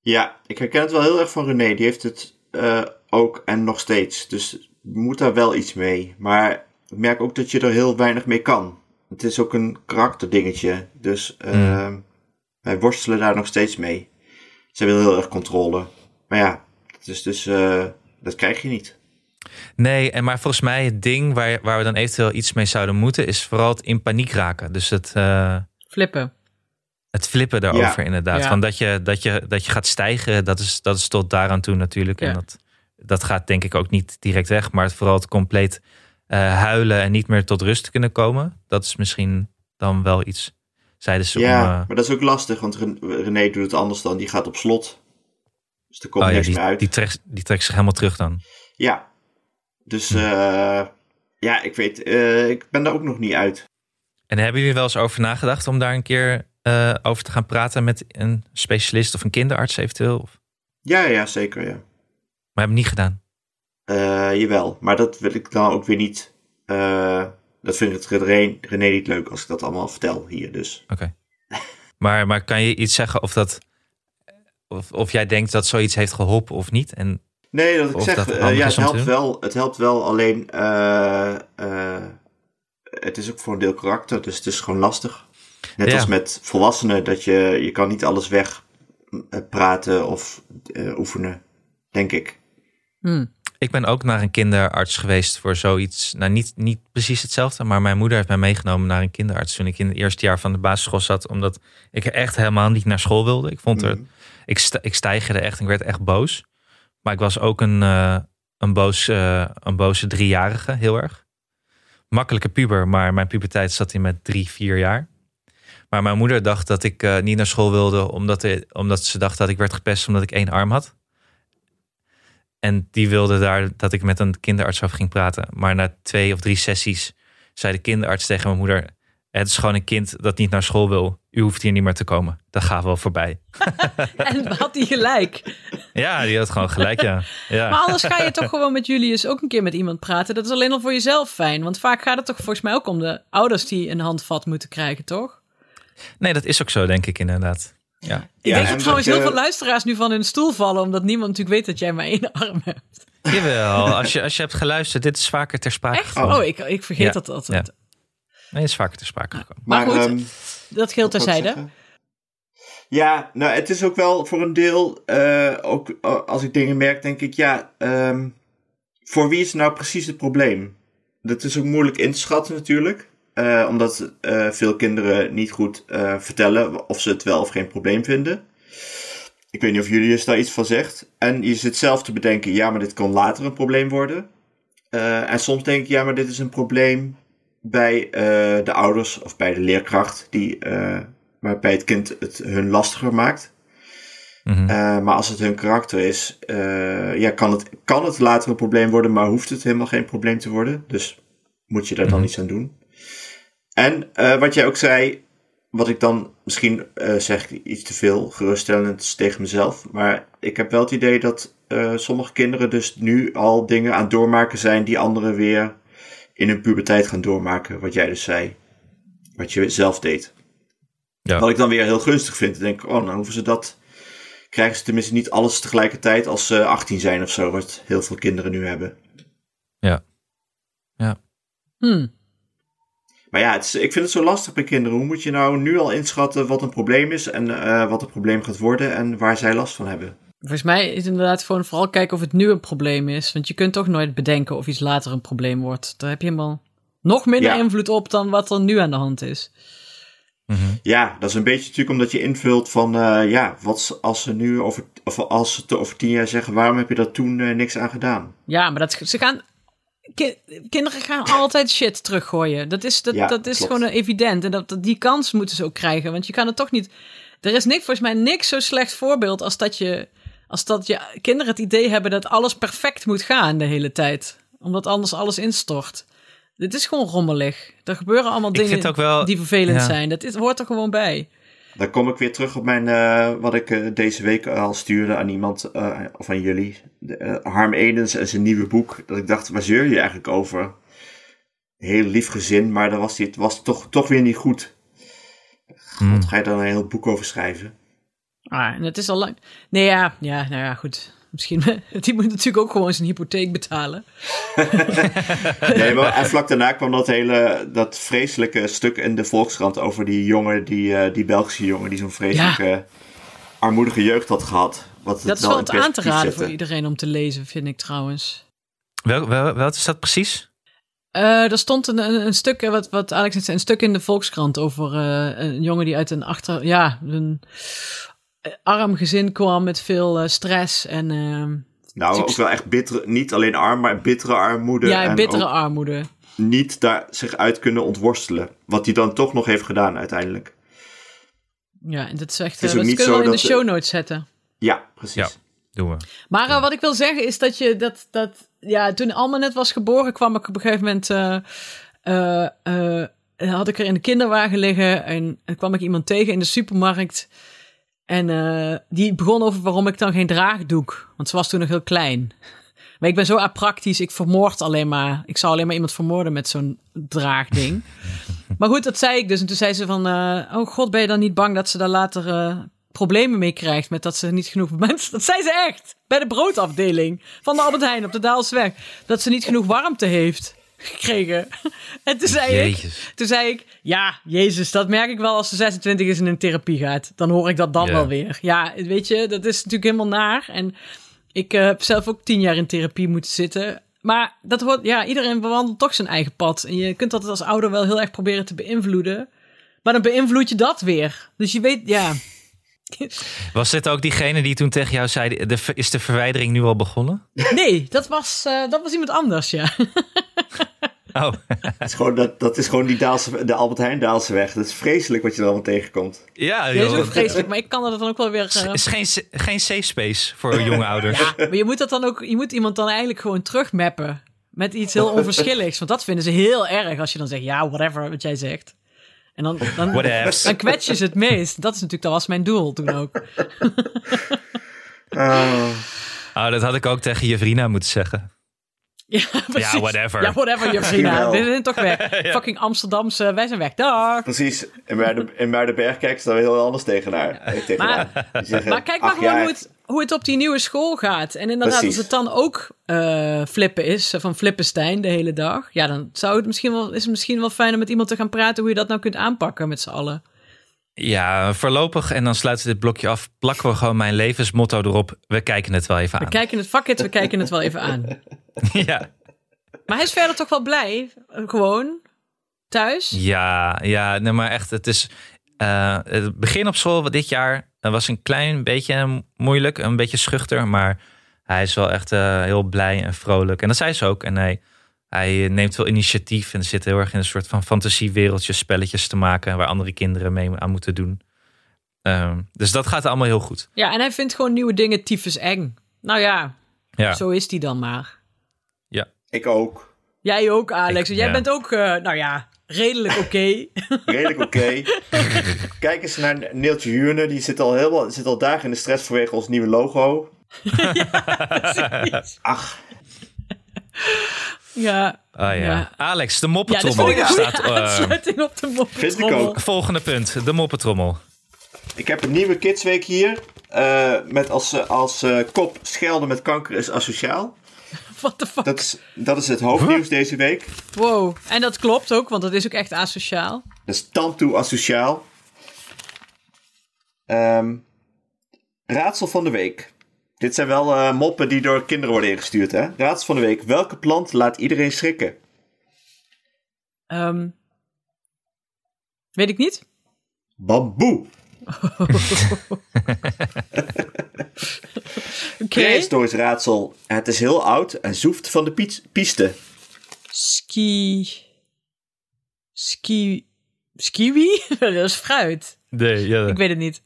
Ja, ik herken het wel heel erg van René. Die heeft het eh, ook en nog steeds. Dus moet daar wel iets mee. Maar ik merk ook dat je er heel weinig mee kan. Het is ook een karakterdingetje. Dus eh, Mm. wij worstelen daar nog steeds mee. Ze willen heel erg controle. Maar ja, het is dus, eh, dat krijg je niet. Nee, en maar volgens mij het ding waar, waar we dan eventueel iets mee zouden moeten, is vooral het in paniek raken. Dus het, eh, Flippen. het flippen daarover inderdaad. Ja. Van dat, je, dat, je, dat je gaat stijgen, dat is, dat is tot daaraan toe natuurlijk. Ja. En dat, dat gaat denk ik ook niet direct weg. Maar het, vooral het compleet eh, huilen en niet meer tot rust kunnen komen. Dat is misschien dan wel iets, zeiden ze. ja, om, eh, maar dat is ook lastig, want Ren- René doet het anders dan. Die gaat op slot. Dus er komt oh ja, niks meer die, uit. die, trekt, die trekt zich helemaal terug dan. Ja. Dus Hm. eh, ja, ik weet, eh, ik ben daar ook nog niet uit. En hebben jullie wel eens over nagedacht om daar een keer eh, over te gaan praten met een specialist of een kinderarts eventueel? Of- Ja, ja, zeker, ja. Maar hebben we niet gedaan. Eh, jawel, maar dat wil ik dan ook weer niet. eh, dat vindt het René, René niet leuk als ik dat allemaal vertel hier, dus. Oké. Maar, maar kan je iets zeggen of dat. Of, of jij denkt dat zoiets heeft geholpen of niet? En Nee, dat ik Of zeg, dat eh, handig ja, is het om te helpt doen. wel. Het helpt wel, alleen eh, eh, het is ook voor een deel karakter, dus het is gewoon lastig. Net Ja. als met volwassenen, dat je, je kan niet alles weg eh, praten of eh, oefenen, denk ik. Hm. ik ben ook naar een kinderarts geweest voor zoiets. Nou, niet, niet precies hetzelfde, maar mijn moeder heeft mij meegenomen naar een kinderarts toen ik in het eerste jaar van de basisschool zat. Omdat ik er echt helemaal niet naar school wilde. Ik vond er. Mhm. Ik, st- ik stijgerde echt. Ik werd echt boos. Maar ik was ook een, eh, een, boos, eh, een boze driejarige, heel erg. Makkelijke puber, maar mijn puberteit zat in met drie, vier jaar. Maar mijn moeder dacht dat ik eh, niet naar school wilde, omdat, er- omdat ze dacht dat ik werd gepest omdat ik één arm had. En die wilde daar dat ik met een kinderarts over ging praten. Maar na twee of drie sessies zei de kinderarts tegen mijn moeder: Het is gewoon een kind dat niet naar school wil. U hoeft hier niet meer te komen. Dat gaat wel voorbij. En had hij gelijk. Ja, die had gewoon gelijk, ja. ja. Maar anders ga je toch gewoon met Julius ook een keer met iemand praten. Dat is alleen al voor jezelf fijn. Want vaak gaat het toch volgens mij ook om de ouders die een handvat moeten krijgen, toch? Nee, dat is ook zo, denk ik inderdaad. Ik Ja, denk en dat trouwens dat heel je- veel luisteraars nu van hun stoel vallen. Omdat niemand natuurlijk weet dat jij maar één arm hebt. Jawel, als je, als je hebt geluisterd, dit is vaker ter sprake Echt? gekomen. Oh, ik, ik vergeet Ja, dat altijd. Nee, het is vaker ter sprake gekomen. Maar goed, ehm, Dat geldt Wat wou ik terzijde. zeggen? Ja, nou, het is ook wel voor een deel, eh, ook eh, als ik dingen merk, denk ik, ja, ehm, voor wie is nou precies het probleem? Dat is ook moeilijk in te schatten natuurlijk, eh, omdat eh, veel kinderen niet goed eh, vertellen of ze het wel of geen probleem vinden. Ik weet niet of Julius daar iets van zegt. En je zit zelf te bedenken, ja, maar dit kan later een probleem worden. Eh, en soms denk ik, ja, maar dit is een probleem bij eh, de ouders of bij de leerkracht, die, eh, waarbij het kind het hun lastiger maakt. Mhm. Eh, maar als het hun karakter is, eh, ja, kan, het, kan het later een probleem worden, maar hoeft het helemaal geen probleem te worden. Dus moet je daar dan Mhm. iets aan doen. En eh, wat jij ook zei, wat ik dan misschien eh, zeg ik iets te veel geruststellend tegen mezelf, maar ik heb wel het idee dat eh, sommige kinderen dus nu al dingen aan het doormaken zijn die anderen weer in hun puberteit gaan doormaken, wat jij dus zei. Wat je zelf deed. Ja. Wat ik dan weer heel gunstig vind. Dan denk ik, oh, nou hoeven ze dat. Krijgen ze tenminste niet alles tegelijkertijd als ze 18 zijn of zo, wat heel veel kinderen nu hebben. Hm. Maar ja, het is- ik vind het zo lastig bij kinderen. Hoe moet je nou nu al inschatten wat een probleem is en eh, wat een probleem gaat worden en waar zij last van hebben? Volgens mij is het inderdaad gewoon vooral kijken of het nu een probleem is. Want je kunt toch nooit bedenken of iets later een probleem wordt. Daar heb je helemaal nog minder Ja. invloed op dan wat er nu aan de hand is. Mhm. Ja, dat is een beetje natuurlijk omdat je invult van, eh, ja, wat s- als ze nu over, of als ze te- over tien jaar zeggen, waarom heb je daar toen eh, niks aan gedaan? Ja, maar dat, ze gaan. ki- kinderen gaan altijd shit teruggooien. Dat is, dat, Ja, dat is klopt. gewoon evident. En dat, dat- die kans moeten ze ook krijgen. Want je kan het toch niet. Er is niks, volgens mij niks zo slecht voorbeeld als dat je. Als dat je kinderen het idee hebben dat alles perfect moet gaan de hele tijd. Omdat anders alles instort. Dit is gewoon rommelig. Er gebeuren allemaal vind dingen het ook wel- die vervelend ja. zijn. Dat is, hoort er gewoon bij. Dan kom ik weer terug op mijn, eh, wat ik eh, deze week al stuurde aan iemand, eh, of aan jullie. De, eh, Harm Edens en zijn nieuwe boek. Dat ik dacht, waar zeur je eigenlijk over? heel lief gezin, maar dan was hij het was toch, toch weer niet goed. Hmm. Want ga je daar een heel boek over schrijven? Ah, en het is al lang. Nee, ja, ja, nou ja, goed. Misschien. Die moet natuurlijk ook gewoon zijn hypotheek betalen. Nee, maar, en vlak daarna kwam dat hele dat vreselijke stuk in de Volkskrant over die jongen, die, eh, die Belgische jongen, die zo'n vreselijke armoedige jeugd had gehad. Wat het nou Dat is wel in het aan te perspectief raden zette. voor iedereen om te lezen, vind ik trouwens. Wel, wel, wat is dat precies? Eh, er stond een, een, een stuk, eh, wat, wat Alex net zei, een stuk in de Volkskrant over eh, een jongen die uit een achter, ja, een eh, arm gezin kwam met veel eh, stress en ehm, Nou, ook wel echt bittere, niet alleen arm, maar bittere armoede. ja, en bittere ook armoede. niet daar zich uit kunnen ontworstelen. Wat hij dan toch nog heeft gedaan uiteindelijk. Ja, en dat is echt, Het is eh, ook dat niet kunnen zo we wel in dat, de eh, show notes zetten. Ja, precies. Ja. Doen we. Maar eh, wat ik wil zeggen is dat je dat, dat ja, toen Alma net was geboren, kwam ik op een gegeven moment, eh, eh, eh, had ik er in de kinderwagen liggen en en kwam ik iemand tegen in de supermarkt. En eh, die begon over waarom ik dan geen draagdoek, want ze was toen nog heel klein. Maar ik ben zo apraktisch, ik vermoord alleen maar. Ik zou alleen maar iemand vermoorden met zo'n draagding. maar goed, dat zei ik dus. En toen zei ze van, eh, oh god, ben je dan niet bang dat ze daar later eh, problemen mee krijgt met dat ze niet genoeg mensen... Dat zei ze echt, bij de broodafdeling van de Albert Heijn op de Daalsweg. Dat ze niet genoeg warmte heeft gekregen. en toen zei ik, Jezus. toen zei ik, ja, Jezus, dat merk ik wel als ze 26 is en in therapie gaat. Dan hoor ik dat dan Ja. wel weer. Ja, weet je, dat is natuurlijk helemaal naar. En ik eh, heb zelf ook tien jaar in therapie moeten zitten. Maar dat wordt, ja, iedereen bewandelt toch zijn eigen pad. En je kunt dat als ouder wel heel erg proberen te beïnvloeden. Maar dan beïnvloed je dat weer. Dus je weet, ja. Was dit ook diegene die toen tegen jou zei, de, ver- is de verwijdering nu al begonnen? Nee, dat was, eh, dat was iemand anders, ja. Oh, Het is gewoon, dat, dat is gewoon die Daalse, de Albert Heijn Daalse weg. Dat is vreselijk wat je er allemaal tegenkomt. ja. Dat joh. is ook vreselijk, maar ik kan dat dan ook wel weer... eh, Het is geen, sa- geen safe space voor jonge ouders. Ja, maar je moet dat dan ook, je moet iemand dan eigenlijk gewoon terugmappen met iets heel onverschilligs. Want dat vinden ze heel erg als je dan zegt, ja, whatever, wat jij zegt. En dan, dan, Whatevs. dan kwets je ze het meest. Dat is natuurlijk, dat was mijn doel toen ook. Ah. Oh, dat had ik ook tegen Jevrina moeten zeggen. Ja, precies. whatever. Ja, whatever, je vrienden. wel. Dit is toch weg. Fucking Amsterdamse, wij zijn weg. Dag. Precies. In Muiden- In Muidenberg kijken ze daar heel anders tegenaar. eh, tegenaan. Maar- Die zeggen, Maar kijk maar "Ach gewoon ja, hoe, het, hoe het op die nieuwe school gaat. En inderdaad, Precies. als het dan ook eh, flippen is, eh, van Flippenstein de hele dag. Ja, dan zou het misschien wel, is het misschien wel fijn om met iemand te gaan praten hoe je dat nou kunt aanpakken met z'n allen. Ja, voorlopig, en dan sluiten we dit blokje af, plakken we gewoon mijn levensmotto erop. We kijken het wel even We aan. kijken het, fuck it, we kijken het wel even aan. Ja, Maar hij is verder toch wel blij, eh, gewoon, thuis. ja, ja nee, maar echt, het is... eh, het begin op school dit jaar eh, was een klein beetje moeilijk, een beetje schuchter. Maar hij is wel echt eh, heel blij en vrolijk. En dat zei ze ook. En hij, hij neemt wel initiatief en zit heel erg in een soort van fantasiewereldje spelletjes te maken... waar andere kinderen mee aan moeten doen. Ehm, dus dat gaat allemaal heel goed. Ja, en hij vindt gewoon nieuwe dingen tyfus eng. Nou ja, Ja. zo is hij dan maar. Ik ook. Jij ook, Alex. Ik- Jij ja. bent ook, eh, nou ja, redelijk oké. Redelijk oké. Kijk eens naar Neeltje Huurne. Die zit al, helemaal, zit al dagen in de stress vanwege ons nieuwe logo. Ach, ja. Ah ja. Ja. Alex, de Ja, dit moppetrommel vond ik een goede staat. eh, aansluiting op de Vind ik moppetrommel. ook. volgende punt, de moppetrommel. ik heb een nieuwe Kidsweek hier. eh, met als, eh, als eh, kop schelden met kanker is asociaal. What the fuck? Dat is, dat is het hoofdnieuws deze week. Wow. En dat klopt ook, want dat is ook echt asociaal. Dat is tandtoe asociaal. Ehm, raadsel van de week. Dit zijn wel eh, moppen die door kinderen worden ingestuurd, hè? Raadsel van de week. Welke plant laat iedereen schrikken? Ehm, weet ik niet. Bamboe. Oké. Prehistorisch raadsel. Het is heel oud en zoeft van de piet- piste. Ski. Ski. Skiwi? dat is fruit. Nee, ja. Ik weet het niet.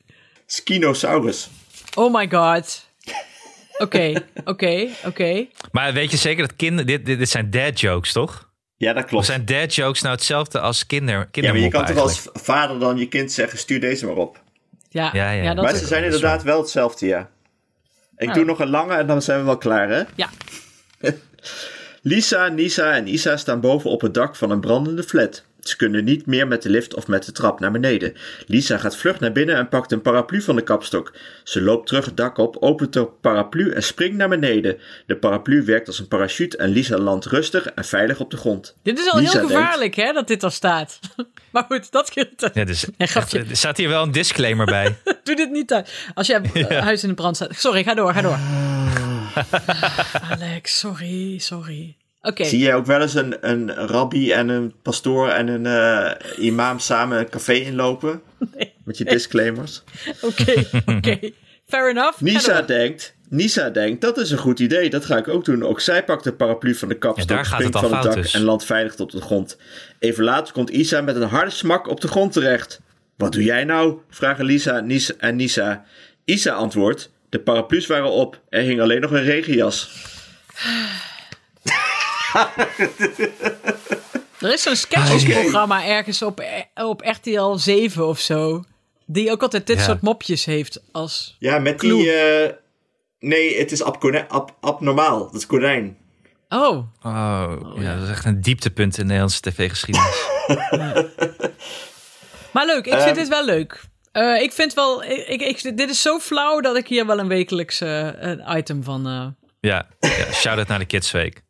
Skinosaurus. Oh my god. Oké, oké, oké. Maar weet je zeker dat kinderen. Dit, dit, dit zijn dad jokes, toch? Ja, dat Of klopt. zijn dad jokes nou hetzelfde als kinder, Ja, maar je kindermoppen? kan toch eigenlijk? als vader dan je kind zeggen, stuur deze maar op. Ja, Ja, ja, ja. dat maar is- ze zijn inderdaad wel hetzelfde, ja. Ik doe nog een lange en dan zijn we wel klaar, hè? Ja. Lisa, Nisa en Isa staan boven op het dak van een brandende flat. Ze kunnen niet meer met de lift of met de trap naar beneden. Lisa gaat vlug naar binnen en pakt een paraplu van de kapstok. Ze loopt terug het dak op, opent de paraplu en springt naar beneden. De paraplu werkt als een parachute en Lisa landt rustig en veilig op de grond. Dit is al Lisa heel denkt- gevaarlijk, hè, dat dit al staat. maar goed, dat scheelt. Ja, dus, Nee, grapje. echt, er staat hier wel een disclaimer bij. Doe dit niet thuis. Als jij eh, huis in de brand staat. Sorry, ga door, ga door. Ah. Alex, sorry, sorry. Oké, Zie jij ook wel eens een, een rabbi en een pastoor en een eh, imam samen een café inlopen? Met je disclaimers. oké, oké. Fair enough. Ga Nisa door. denkt, Nisa denkt, dat is een goed idee, dat ga ik ook doen. Ook zij pakt de paraplu van de Ja, kapstok, daar gaat springt het al van het fout dak dus. en landt veilig op de grond. Even later komt Isa met een harde smak op de grond terecht. Wat doe jij nou? vragen Lisa Nisa en Nisa. Isa antwoordt, de paraplu's waren op, er hing alleen nog een regenjas. Er is zo'n sketchesprogramma ergens op, eh, op RTL 7 of zo. Die ook altijd dit Ja. soort mopjes heeft als... Ja, met Kloe. die... eh, nee, het is abkone- ab- abnormaal, dat is konijn. Oh, Oh, ja, dat is echt een dieptepunt in de Nederlandse tv-geschiedenis. maar leuk. Ik Ehm, vind dit wel leuk. Eh, ik vind wel... Ik, ik, ik- dit is zo flauw dat ik hier wel een wekelijks eh, een item van... eh, ja, ja shout-out naar de Kids Week.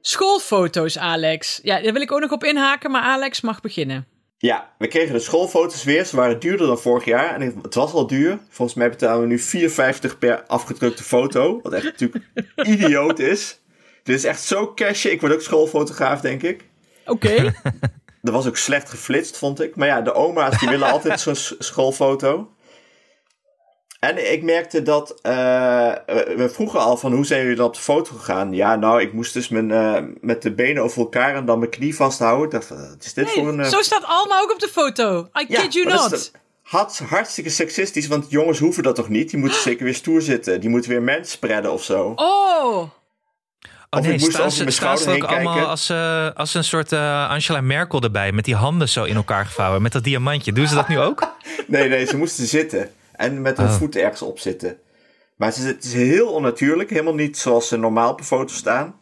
Schoolfoto's, Alex. Ja, daar wil ik ook nog op inhaken, maar Alex mag beginnen. Ja, we kregen de schoolfoto's weer. Ze waren duurder dan vorig jaar. En het was al duur. Volgens mij betalen we nu 4,50 per afgedrukte foto. Wat echt natuurlijk idioot is. Dit is echt zo cashen. Ik word ook schoolfotograaf, denk ik. Oké. Er was ook slecht geflitst, vond ik. Maar ja, de oma's die willen altijd zo'n s- schoolfoto. En ik merkte dat... eh, we vroegen al van, hoe zijn jullie dan op de foto gegaan? Ja, nou, ik moest dus mijn, eh, met de benen over elkaar en dan mijn knie vasthouden. Ik dacht, wat is dit Hey, voor een... eh, zo staat Alma ook op de foto. I kid you maar dat not. is toch- Had hartstikke seksistisch, want jongens hoeven dat toch niet? Die moeten zeker weer stoer zitten. Die moeten weer mens spreaden of zo. Oh, Oh Of nee, ik moest staan over ze, mijn staan ze ook schouder heen allemaal kijken. als, eh, als een soort eh, Angela Merkel erbij. Met die handen zo in elkaar gevouwen. Met dat diamantje. Doen ze dat nu ook? Nee, nee, ze moesten zitten. En met hun voet ergens op zitten. Maar ze- het is heel onnatuurlijk. Helemaal niet zoals ze normaal op een foto staan.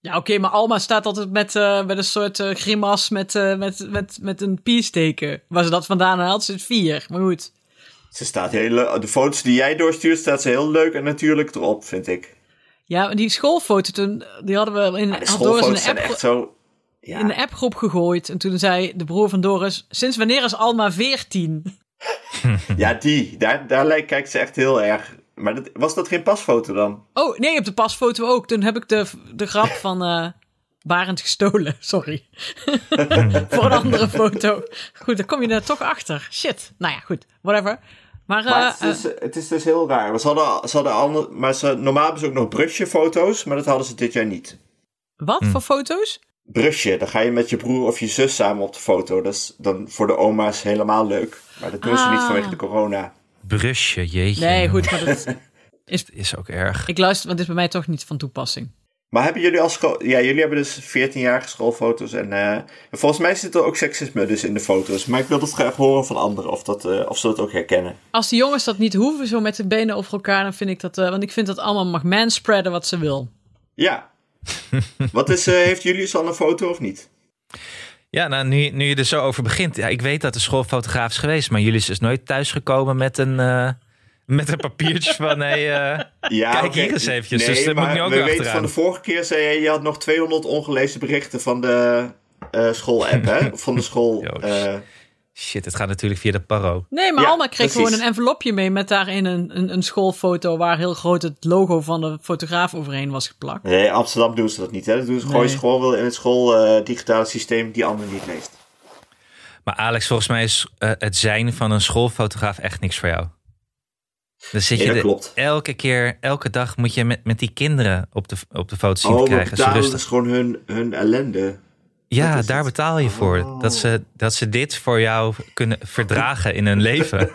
Ja, oké, maar Alma staat altijd met, eh, met een soort eh, grimas met, eh, met, met, met een piesteken. Waar ze dat vandaan haalt, zit vier. Maar goed. Ze staat heel le- de foto's die jij doorstuurt, staat ze heel leuk en natuurlijk erop, vind ik. Ja, maar die schoolfoto toen, die hadden we in, De had Doris in schoolfoto's de, zijn app, echt zo... Ja. in de appgroep gegooid. En toen zei de broer van Doris, sinds wanneer is Alma veertien? ja, die. Daar, daar lijkt, kijkt ze echt heel erg... Maar dat, was dat geen pasfoto dan? Oh, nee, op de pasfoto ook. Toen heb ik de, de grap van eh Barend gestolen. Sorry. Voor een andere foto. Goed, dan kom je daar toch achter. Shit. Nou ja, goed. Whatever. Maar, eh, Maar het, is dus, het is dus heel raar. Maar Ze hadden, al- ze hadden ander, maar ze, normaal hebben ze ook nog brusje-foto's, maar dat hadden ze dit jaar niet. eh, wat voor foto's? Brusje, dan ga je met je broer of je zus samen op de foto. Dat is dan voor de oma's helemaal leuk. Maar dat doen ze niet Ah. vanwege de corona. Brusje, jeetje. Nee, jongen. goed, maar dat, Is ook erg. ik luister, want dit is bij mij toch niet van toepassing. Maar hebben jullie als school... Ja, jullie hebben dus 14-jarige schoolfoto's. En eh, volgens mij zit er ook seksisme dus in de foto's. Maar ik wil dat graag horen van anderen of, dat, eh, of ze dat ook herkennen. Als de jongens dat niet hoeven, zo met de benen over elkaar, dan vind ik dat... eh, want ik vind dat allemaal mag manspreaden wat ze wil. Ja. Wat is... eh, heeft jullie al een foto of niet? Ja, nou, nu, nu je er zo over begint. Ja, ik weet dat de schoolfotograaf is geweest. Maar Julius is dus nooit thuisgekomen met een, eh, met een papiertje van... Hey, eh, Ja, Kijk oké. hier eens eventjes, dus dat moet maar nu ook we weer weten achteraan. van de vorige keer, zei je, je had nog 200 ongelezen berichten van de eh, school-app, hè? Of Van de school... Joost. eh, shit, het gaat natuurlijk via de paro. Nee, maar Ja, Alma kreeg precies. gewoon een envelopje mee met daarin een, een, een schoolfoto... waar heel groot het logo van de fotograaf overheen was geplakt. nee, Amsterdam doen ze dat niet, hè? Dat doen ze, gooien ze gewoon wel in het school-digitale systeem die anderen niet leest. Maar Alex, volgens mij is eh, het zijn van een schoolfotograaf echt niks voor jou. Dan zit Ja, je dat er klopt. elke keer, elke dag moet je met, met die kinderen op de, op de foto zien te Oh, maar krijgen. Ze betalen rustig. is gewoon hun, hun ellende. Ja, Dat is daar het. betaal je voor. Oh. Dat, ze, dat ze dit voor jou kunnen verdragen in hun leven.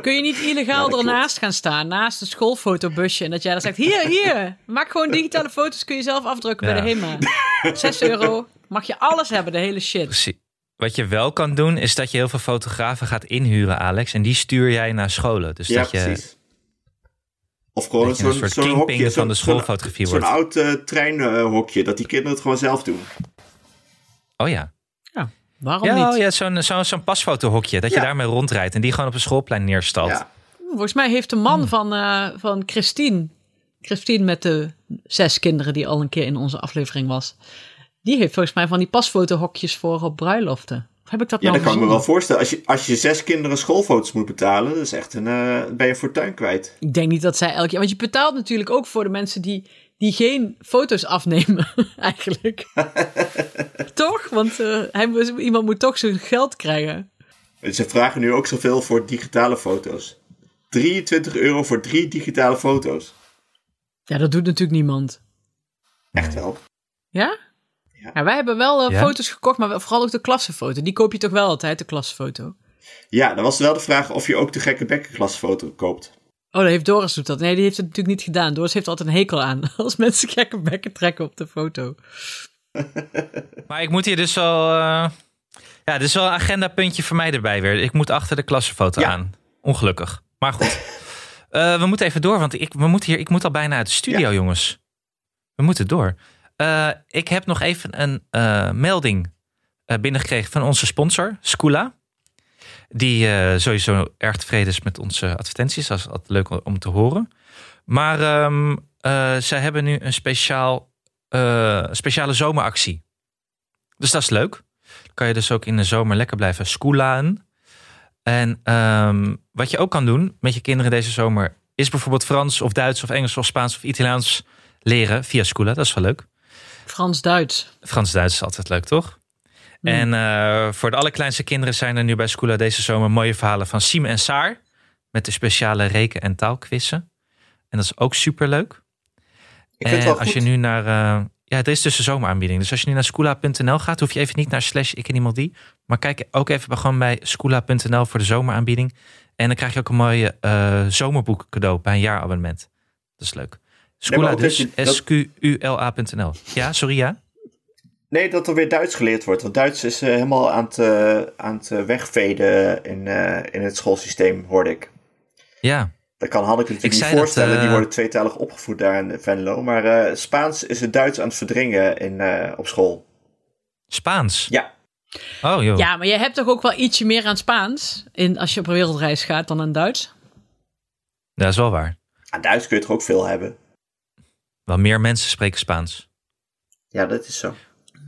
Kun je niet illegaal Ja, dat ernaast gaan staan, naast een schoolfotobusje... en dat jij dan zegt, hier, hier, maak gewoon digitale foto's... kun je zelf afdrukken bij Ja. de HEMA. 6 euro, mag je alles hebben, de hele shit. Precies. Wat je wel kan doen, is dat je heel veel fotografen gaat inhuren, Alex. En die stuur jij naar scholen. Dus Ja, dat je, precies. Of gewoon Beetje een zo'n soort zo'n kingping hokje. van de zo'n- schoolfotografie Zo'n zo'n wordt. oud eh, treinhokje, dat die kinderen het gewoon zelf doen. Oh ja. Waarom Ja, oh niet? ja zo'n zo, zo'n pasfotohokje. Dat je Ja. daarmee rondrijdt en die gewoon op een schoolplein neerstalt. Ja. Volgens mij heeft de man van, eh, van Christine, Christine met de zes kinderen die al een keer in onze aflevering was, die heeft volgens mij van die pasfotohokjes voor op bruiloften. Of heb ik dat Ja, nou dat kan ik me gezien? wel voorstellen. Als je, als je zes kinderen schoolfoto's moet betalen, dat is echt een, eh, ben je een fortuin kwijt. Ik denk niet dat zij elk jaar. Want je betaalt natuurlijk ook voor de mensen die, die geen foto's afnemen, eigenlijk. toch? Want eh, hij, moet- iemand moet toch zijn geld krijgen. En Ze vragen nu ook zoveel voor digitale foto's. 23 euro voor drie digitale foto's. Ja, dat doet natuurlijk niemand. Echt wel. Ja? Ja. Ja, wij hebben wel eh, Ja? foto's gekocht, maar wel- vooral ook de klassenfoto. Die koop je toch wel altijd, de klassenfoto? Ja, dan was wel de vraag of je ook de gekke bekkenklasfoto koopt. Oh, dat heeft Doris doet dat. Nee, die heeft het natuurlijk niet gedaan. Doris heeft er altijd een hekel aan als mensen gekke bekken trekken op de foto. Maar ik moet hier dus wel... eh, ja, dit is wel een agendapuntje voor mij erbij weer. Ik moet achter de klassenfoto Ja. aan. Ongelukkig. Maar goed. Eh, we moeten even door, want ik, we moeten hier, ik moet al bijna uit de studio, jongens. We moeten door. Eh, ik heb nog even een eh, melding eh, binnengekregen van onze sponsor, Skoola. Die eh, sowieso erg tevreden is met onze advertenties. Dat is altijd leuk om te horen. Maar ehm, eh, zij hebben nu een speciaal, eh, speciale zomeractie. Dus dat is leuk. Dan kan je dus ook in de zomer lekker blijven schoolaan. En ehm, wat je ook kan doen met je kinderen deze zomer... is bijvoorbeeld Frans of Duits of Engels of Spaans of Italiaans leren via Scoola. Dat is wel leuk. Frans-Duits. Frans-Duits is altijd leuk, toch? Mm. En eh, voor de allerkleinste kinderen zijn er nu bij Scoola deze zomer mooie verhalen van Siem en Saar. Met de speciale reken- en taalquizzen. En dat is ook superleuk. Ik vind het wel En Eh, als goed. je nu naar. eh, ja, er is dus een zomeraanbieding. Dus als je nu naar scoola.nl gaat, hoef je even niet naar slash ik en iemand die. Maar kijk ook even bij- gewoon bij scoola.nl voor de zomeraanbieding. En dan krijg je ook een mooie eh, zomerboek cadeau bij een jaarabonnement. Dat is leuk. Scoola ook dus, dat je- dat- S-Q-U-L-A.nl. Ja, sorry ja. Nee, dat er weer Duits geleerd wordt. Want Duits is eh, helemaal aan het, eh, aan het eh, wegveden in, eh, in het schoolsysteem, hoorde ik. Ja, Dat kan Hanneke Ik natuurlijk niet zei dat, voorstellen. eh, Die worden tweetalig opgevoed daar in Venlo. Maar eh, Spaans is het Duits aan het verdringen in, eh, op school. Spaans. Ja. Oh joh. Ja, maar je hebt toch ook wel ietsje meer aan Spaans in, als je op een wereldreis gaat dan aan Duits? Dat is wel waar. Aan Duits kun je toch ook veel hebben? Wel meer mensen spreken Spaans. Ja, dat is zo.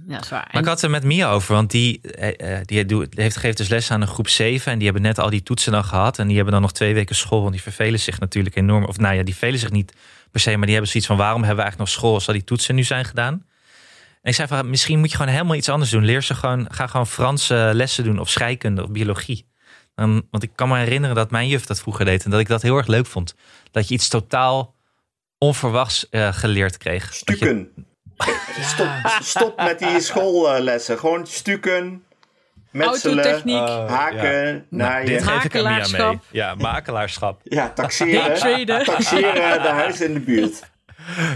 Ja, dat is waar. Maar ik had het er met Mia over, want die, eh, eh, die doet- heeft, geeft dus les aan een groep 7. En die hebben net al die toetsen dan gehad. En die hebben dan nog twee weken school. Want die vervelen zich natuurlijk enorm. Of nou ja, die vervelen zich niet per se. Maar die hebben zoiets van: waarom hebben we eigenlijk nog school als al die toetsen nu zijn gedaan? En ik zei van: misschien moet je gewoon helemaal iets anders doen. Leer ze gewoon, ga gewoon Franse lessen doen. Of scheikunde of biologie. Dan, want ik kan me herinneren dat mijn juf dat vroeger deed. En dat ik dat heel erg leuk vond. Dat je iets totaal onverwachts eh, geleerd kreeg. Dat je- Stukken. Eh, Stop, stop met die schoollessen. Gewoon stukken, metselen, Autotechniek, haken, Oh, Nou, dit naaien. geef ik aan Mia mee. Makelaarschap. Ja, makelaarschap. Ja, taxeren. daytraden. Taxeren eh, de huizen in de buurt.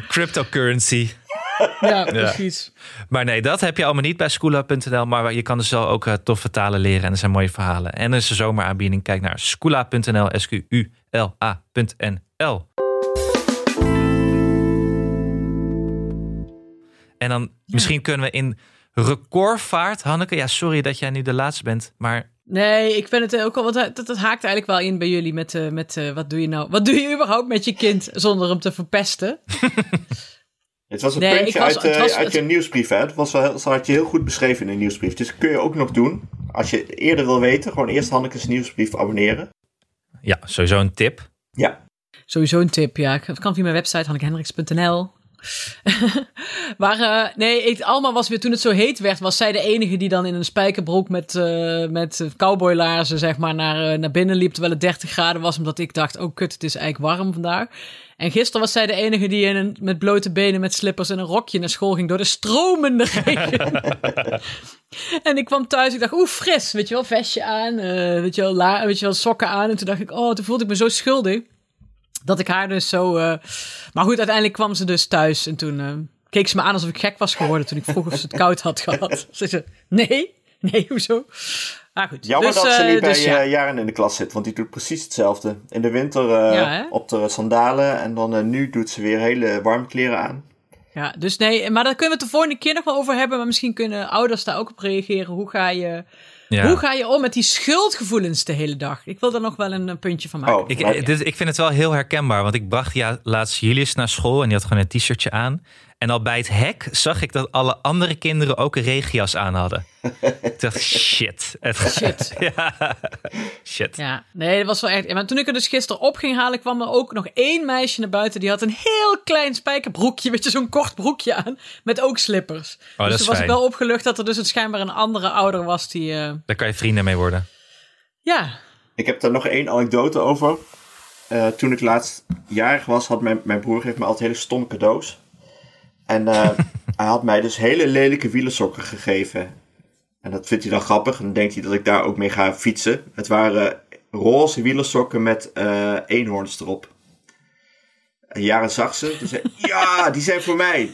Cryptocurrency. Ja, precies. Maar nee, dat heb je allemaal niet bij schoola.nl. Maar je kan dus wel ook eh, toffe talen leren. En er zijn mooie verhalen. En er is een zomeraanbieding. Kijk naar schoola.nl. S-Q-U-L-A.nl. En dan misschien kunnen we in recordvaart... Hanneke, ja, sorry dat jij nu de laatste bent. Maar Nee, ik ben het ook al. Want dat, dat haakt eigenlijk wel in bij jullie met, eh, met eh, wat doe je nou? Wat doe je überhaupt met je kind zonder hem te verpesten? Het was een Nee, puntje ik was- uit, het eh, was- uit je het- nieuwsbrief, hè? Dat, was wel, dat had je heel goed beschreven in de nieuwsbrief. Dus dat kun je ook nog doen. Als je eerder wil weten, gewoon eerst Hanneke's nieuwsbrief abonneren. ja, sowieso een tip. Ja, Sowieso een tip, ja. Dat kan via mijn website, hannekehendricks.nl. maar eh, nee, ik, Alma was weer, toen het zo heet werd, was zij de enige die dan in een spijkerbroek met, eh met cowboylaarzen zeg maar, naar, eh, naar binnen liep, terwijl het 30 graden was, omdat ik dacht, oh kut, het is eigenlijk warm vandaag. En gisteren was zij de enige die in een, met blote benen, met slippers en een rokje naar school ging door de stromende regen. en ik kwam thuis, ik dacht, oeh, fris, weet je wel, vestje aan, eh, weet, je wel, la, weet je wel, sokken aan. En toen dacht ik, oh, toen voelde ik me zo schuldig. Dat ik haar dus zo. eh, Maar goed, uiteindelijk kwam ze dus thuis. En toen eh, keek ze me aan alsof ik gek was geworden. toen ik vroeg of ze het koud had gehad. Ze zei: Nee, nee, hoezo? Ah, Maar goed. Jammer dus, dat ze eh, niet bij dus, ja. eh, Jaren in de klas zit, want die doet precies hetzelfde. In de winter eh, Ja, hè? op de sandalen en dan eh, nu doet ze weer hele warme kleren aan. Ja, dus nee, maar daar kunnen we het de volgende keer nog wel over hebben. Maar misschien kunnen ouders daar ook op reageren. Hoe ga je, Ja. hoe ga je om met die schuldgevoelens de hele dag? Ik wil daar nog wel een eh, puntje van maken. Oh, Ik, nou, eh, dit, ik vind het wel heel herkenbaar, want ik bracht ja, laatst Julius naar school en die had gewoon een t-shirtje aan. En al bij het hek zag ik dat alle andere kinderen ook een regenjas aan hadden. ik dacht, shit. Shit. ja. Shit. Ja, nee, dat was wel echt. Maar toen ik er dus gisteren op ging halen, kwam er ook nog één meisje naar buiten. Die had een heel klein spijkerbroekje, weet je, zo'n kort broekje aan. Met ook slippers. Oh, dat dus is toen was ik fijn. wel opgelucht dat er dus een, schijnbaar een andere ouder was die. eh, Daar kan je vrienden mee worden. ja, Ik heb daar nog één anekdote over. Eh, toen ik laatst jarig was, had mijn, mijn broer geeft me altijd hele stomme cadeaus. En eh, hij had mij dus hele lelijke wielersokken gegeven. En dat vindt hij dan grappig. En dan denkt hij dat ik daar ook mee ga fietsen. Het waren roze wielersokken met eh eenhoorns erop. En Jaren zag ze. Toen zei ja, die zijn voor mij.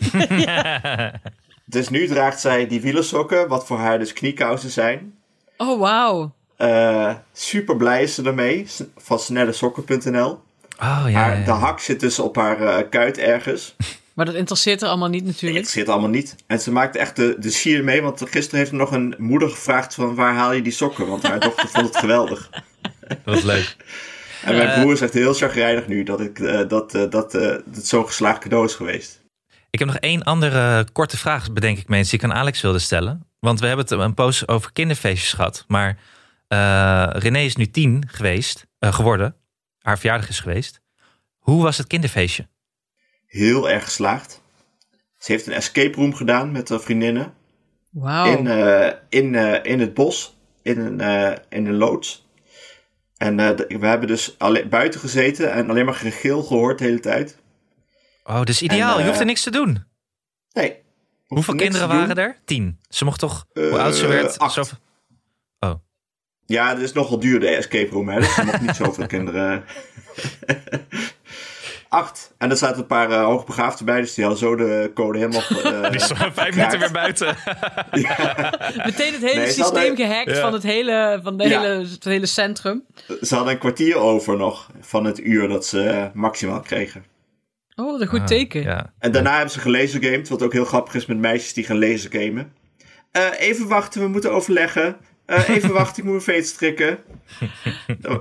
Dus nu draagt zij die wielersokken, wat voor haar dus kniekousen zijn. oh wauw. Eh, super blij is ze ermee. s- Van snellesokken.nl. Oh ja. Haar- ja, De ja. Hm? hak zit dus op haar eh, kuit ergens. Maar dat interesseert er allemaal niet Het natuurlijk. zit allemaal niet. En ze maakt echt de, de sier mee. Want gisteren heeft nog een moeder gevraagd van waar haal je die sokken? Want haar dochter vond het geweldig. Wat leuk. En Eh. mijn broer is echt heel chagrijnig nu dat, ik, eh, dat, eh, dat, eh, dat het zo'n geslaagd cadeau is geweest. Ik heb nog één andere korte vraag, bedenk ik me eens, die ik aan Alex wilde stellen. Want we hebben het een poos over kinderfeestjes gehad. Maar eh, René is nu tien geweest, eh, geworden. Haar verjaardag is geweest. Hoe was het kinderfeestje? Heel erg geslaagd. Ze heeft een escape room gedaan met haar vriendinnen. Wauw. in, Oh. eh, in, eh, in het bos, in een, eh, in een loods. En eh, d- we hebben dus alle- buiten gezeten en alleen maar gegil gehoord de hele tijd. Oh, dus ideaal. En, eh, je hoeft er niks te doen. Nee. Hoeveel kinderen waren er? Tien. Ze mocht toch, hoe Eh, oud ze werd? acht. zoveel- Ja, dat is nogal duur, de escape room, hè? Dus er mochten niet zoveel kinderen. Acht. En er zaten een paar eh, hoogbegaafden bij, dus die hadden zo de code helemaal... eh, Die is zo vijf minuten weer buiten. Meteen het hele Nee, ze hadden- systeem gehackt Ja. van, het hele, van de Ja. hele, het hele centrum. ze hadden een kwartier over nog van het uur dat ze eh, maximaal kregen. Oh, wat een goed Ah, teken. Ja. En daarna hebben ze gelasergamed, wat ook heel grappig is met meisjes die gaan lasergamen. Eh, even wachten, we moeten overleggen. Eh, even wachten, ik moet mijn veet strikken.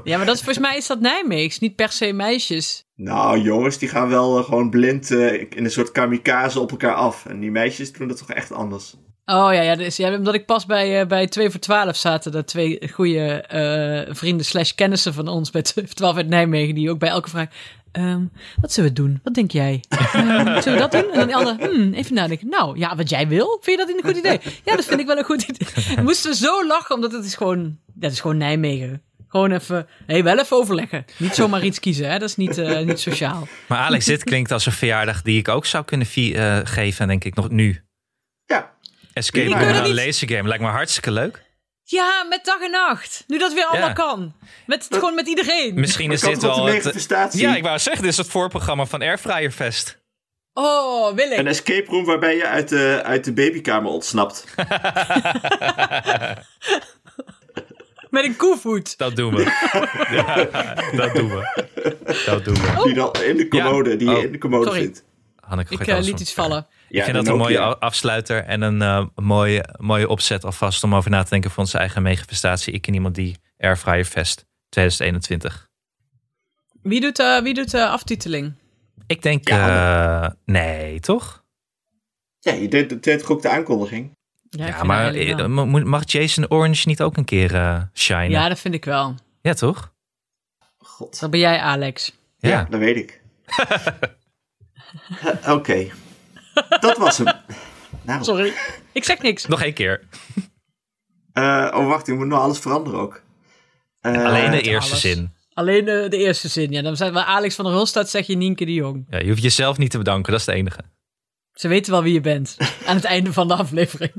Ja, maar dat is, volgens mij is dat Nijmeegs, niet per se meisjes. Nou, jongens, die gaan wel eh, gewoon blind eh, in een soort kamikaze op elkaar af. En die meisjes doen dat toch echt anders. Oh ja, ja, dus, ja omdat ik pas bij, eh, bij 2 voor 12 zaten. Dat twee goede eh, vrienden slash kennissen van ons bij 2 voor 12 uit Nijmegen. Die ook bij elke vraag... ehm, wat zullen we doen? Wat denk jij? Ehm, zullen we dat doen? En dan de ander, hmm, even nadenken. Nou, ja, wat jij wil. Vind je dat een goed idee? Ja, dat vind ik wel een goed idee. Moesten we zo lachen, omdat het is gewoon... Dat is gewoon Nijmegen. Gewoon even... hey, wel even overleggen. Niet zomaar iets kiezen, hè. Dat is niet, eh, niet sociaal. Maar Alex, dit klinkt als een verjaardag die ik ook zou kunnen vi- eh, geven, denk ik, nog nu. Ja, Escape Ik room wil en dat een niet- lasergame. Lijkt me hartstikke leuk. Ja, met dag en nacht. Nu dat weer allemaal kan. Met, gewoon met iedereen. Misschien is kan dit tot wel een het... manifestatie. Ja, ik wou zeggen, dit is het voorprogramma van Airfryer Fest. Oh, wil ik. Een escape room waarbij je uit de, uit de babykamer ontsnapt. Met een koevoet. Dat doen we. Ja, dat doen we. Dat doen we. Die dan in de commode, die je Oh. in de commode Sorry. zit. Hanneke Ik gooit eh, alles liet om. iets vallen. Ja, ik vind dat een mooie a- afsluiter en een eh, mooie, mooie opzet alvast om over na te denken voor onze eigen megafestatie. Ik en iemand die Airfryer Fest 2021. Wie doet, eh, wie doet de aftiteling? Ik denk, eh, nee, toch? Ja, je deed, deed toch ook de aankondiging? Ja, ik ja, vind maar eigenlijk wel. eh, mo- moet- mag Jason Orange niet ook een keer eh shinen? ja, Ja. dat vind ik wel. toch? God. Dat ben jij, Alex. Ja. Ja, dat weet ik. Eh, Oké. Dat was hem. Nou, Sorry. Ik zeg niks. Nog één keer. Eh, oh, wacht, ik moet nog alles veranderen ook. Eh, Alleen de met eerste alles. zin. Alleen eh, de eerste zin. Ja, dan zijn we Alex van der Hulstad, zeg je Nienke de Jong. Ja, je hoeft jezelf niet te bedanken, dat is het enige. Ze weten wel wie je bent. Aan het einde van de aflevering.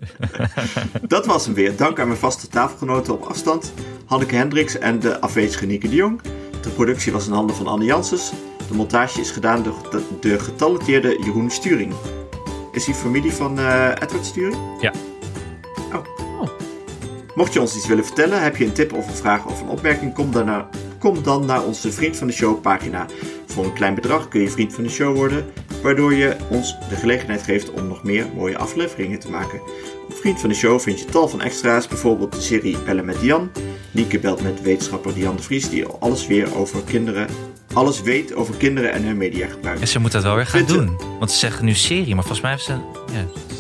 Dat was hem weer. Dank aan mijn vaste tafelgenoten op afstand, Hanneke Hendricks en de afwezige Nieke de Jong. De productie was in handen van Anne Janssens. De montage is gedaan door de, de getalenteerde Jeroen Sturing. Is hij familie van eh, Edward Sturing? Ja. Oh. Mocht je ons iets willen vertellen, heb je een tip of een vraag of een opmerking, kom dan naar, kom dan naar onze Vriend van de Show pagina. Voor een klein bedrag kun je Vriend van de Show worden, waardoor je ons de gelegenheid geeft om nog meer mooie afleveringen te maken. Op Vriend van de Show vind je tal van extra's, bijvoorbeeld de serie Bellen met Jan. Lieke belt met wetenschapper Diane de Vries, die alles weer over kinderen, alles weet over kinderen en hun mediagebruik. En ze moet dat wel weer gaan Vindt u- doen. Want ze zeggen nu serie, maar volgens mij heeft ze-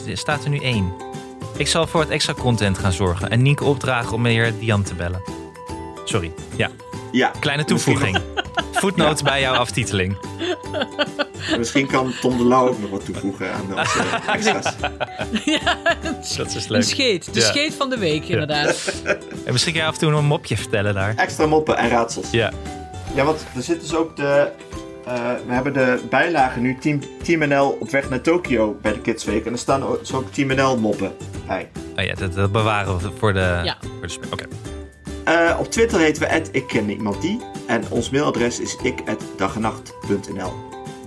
ja, er staat er nu één. Ik zal voor het extra content gaan zorgen. En Nienke opdragen om meneer Dian te bellen. Sorry. Ja, Ja, kleine misschien toevoeging. Voetnoot bij jouw aftiteling. nog- Misschien kan Tom de Lauw ook nog wat toevoegen aan eh, onze extra's. Dat is Een leuk. scheet. De Ja. scheet van de week, inderdaad. En misschien kan je af en toe een mopje vertellen daar. Extra moppen en raadsels. Ja. Ja, want er zit dus ook de. eh, we hebben de bijlagen nu Team, Team NL op weg naar Tokio bij de Kids Week. En er staan ook, dus ook Team NL moppen bij. Oh ja, dat, dat bewaren we voor de... Ja. voor de spe- Oké. Eh, op Twitter heten we ik ken iemand die. En ons mailadres is ik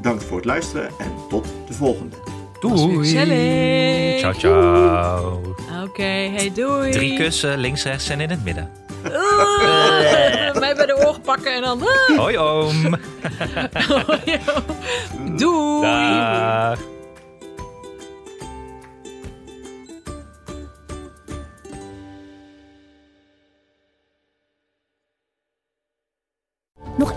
Dank voor het luisteren en tot de volgende. Doei. Ciao, ciao. Oké, hey, doei. Drie kussen, links, rechts en in het midden. Oeh, Ah, Mij bij de oren pakken en dan... ah. Hoi oom. doei. Dag. Nog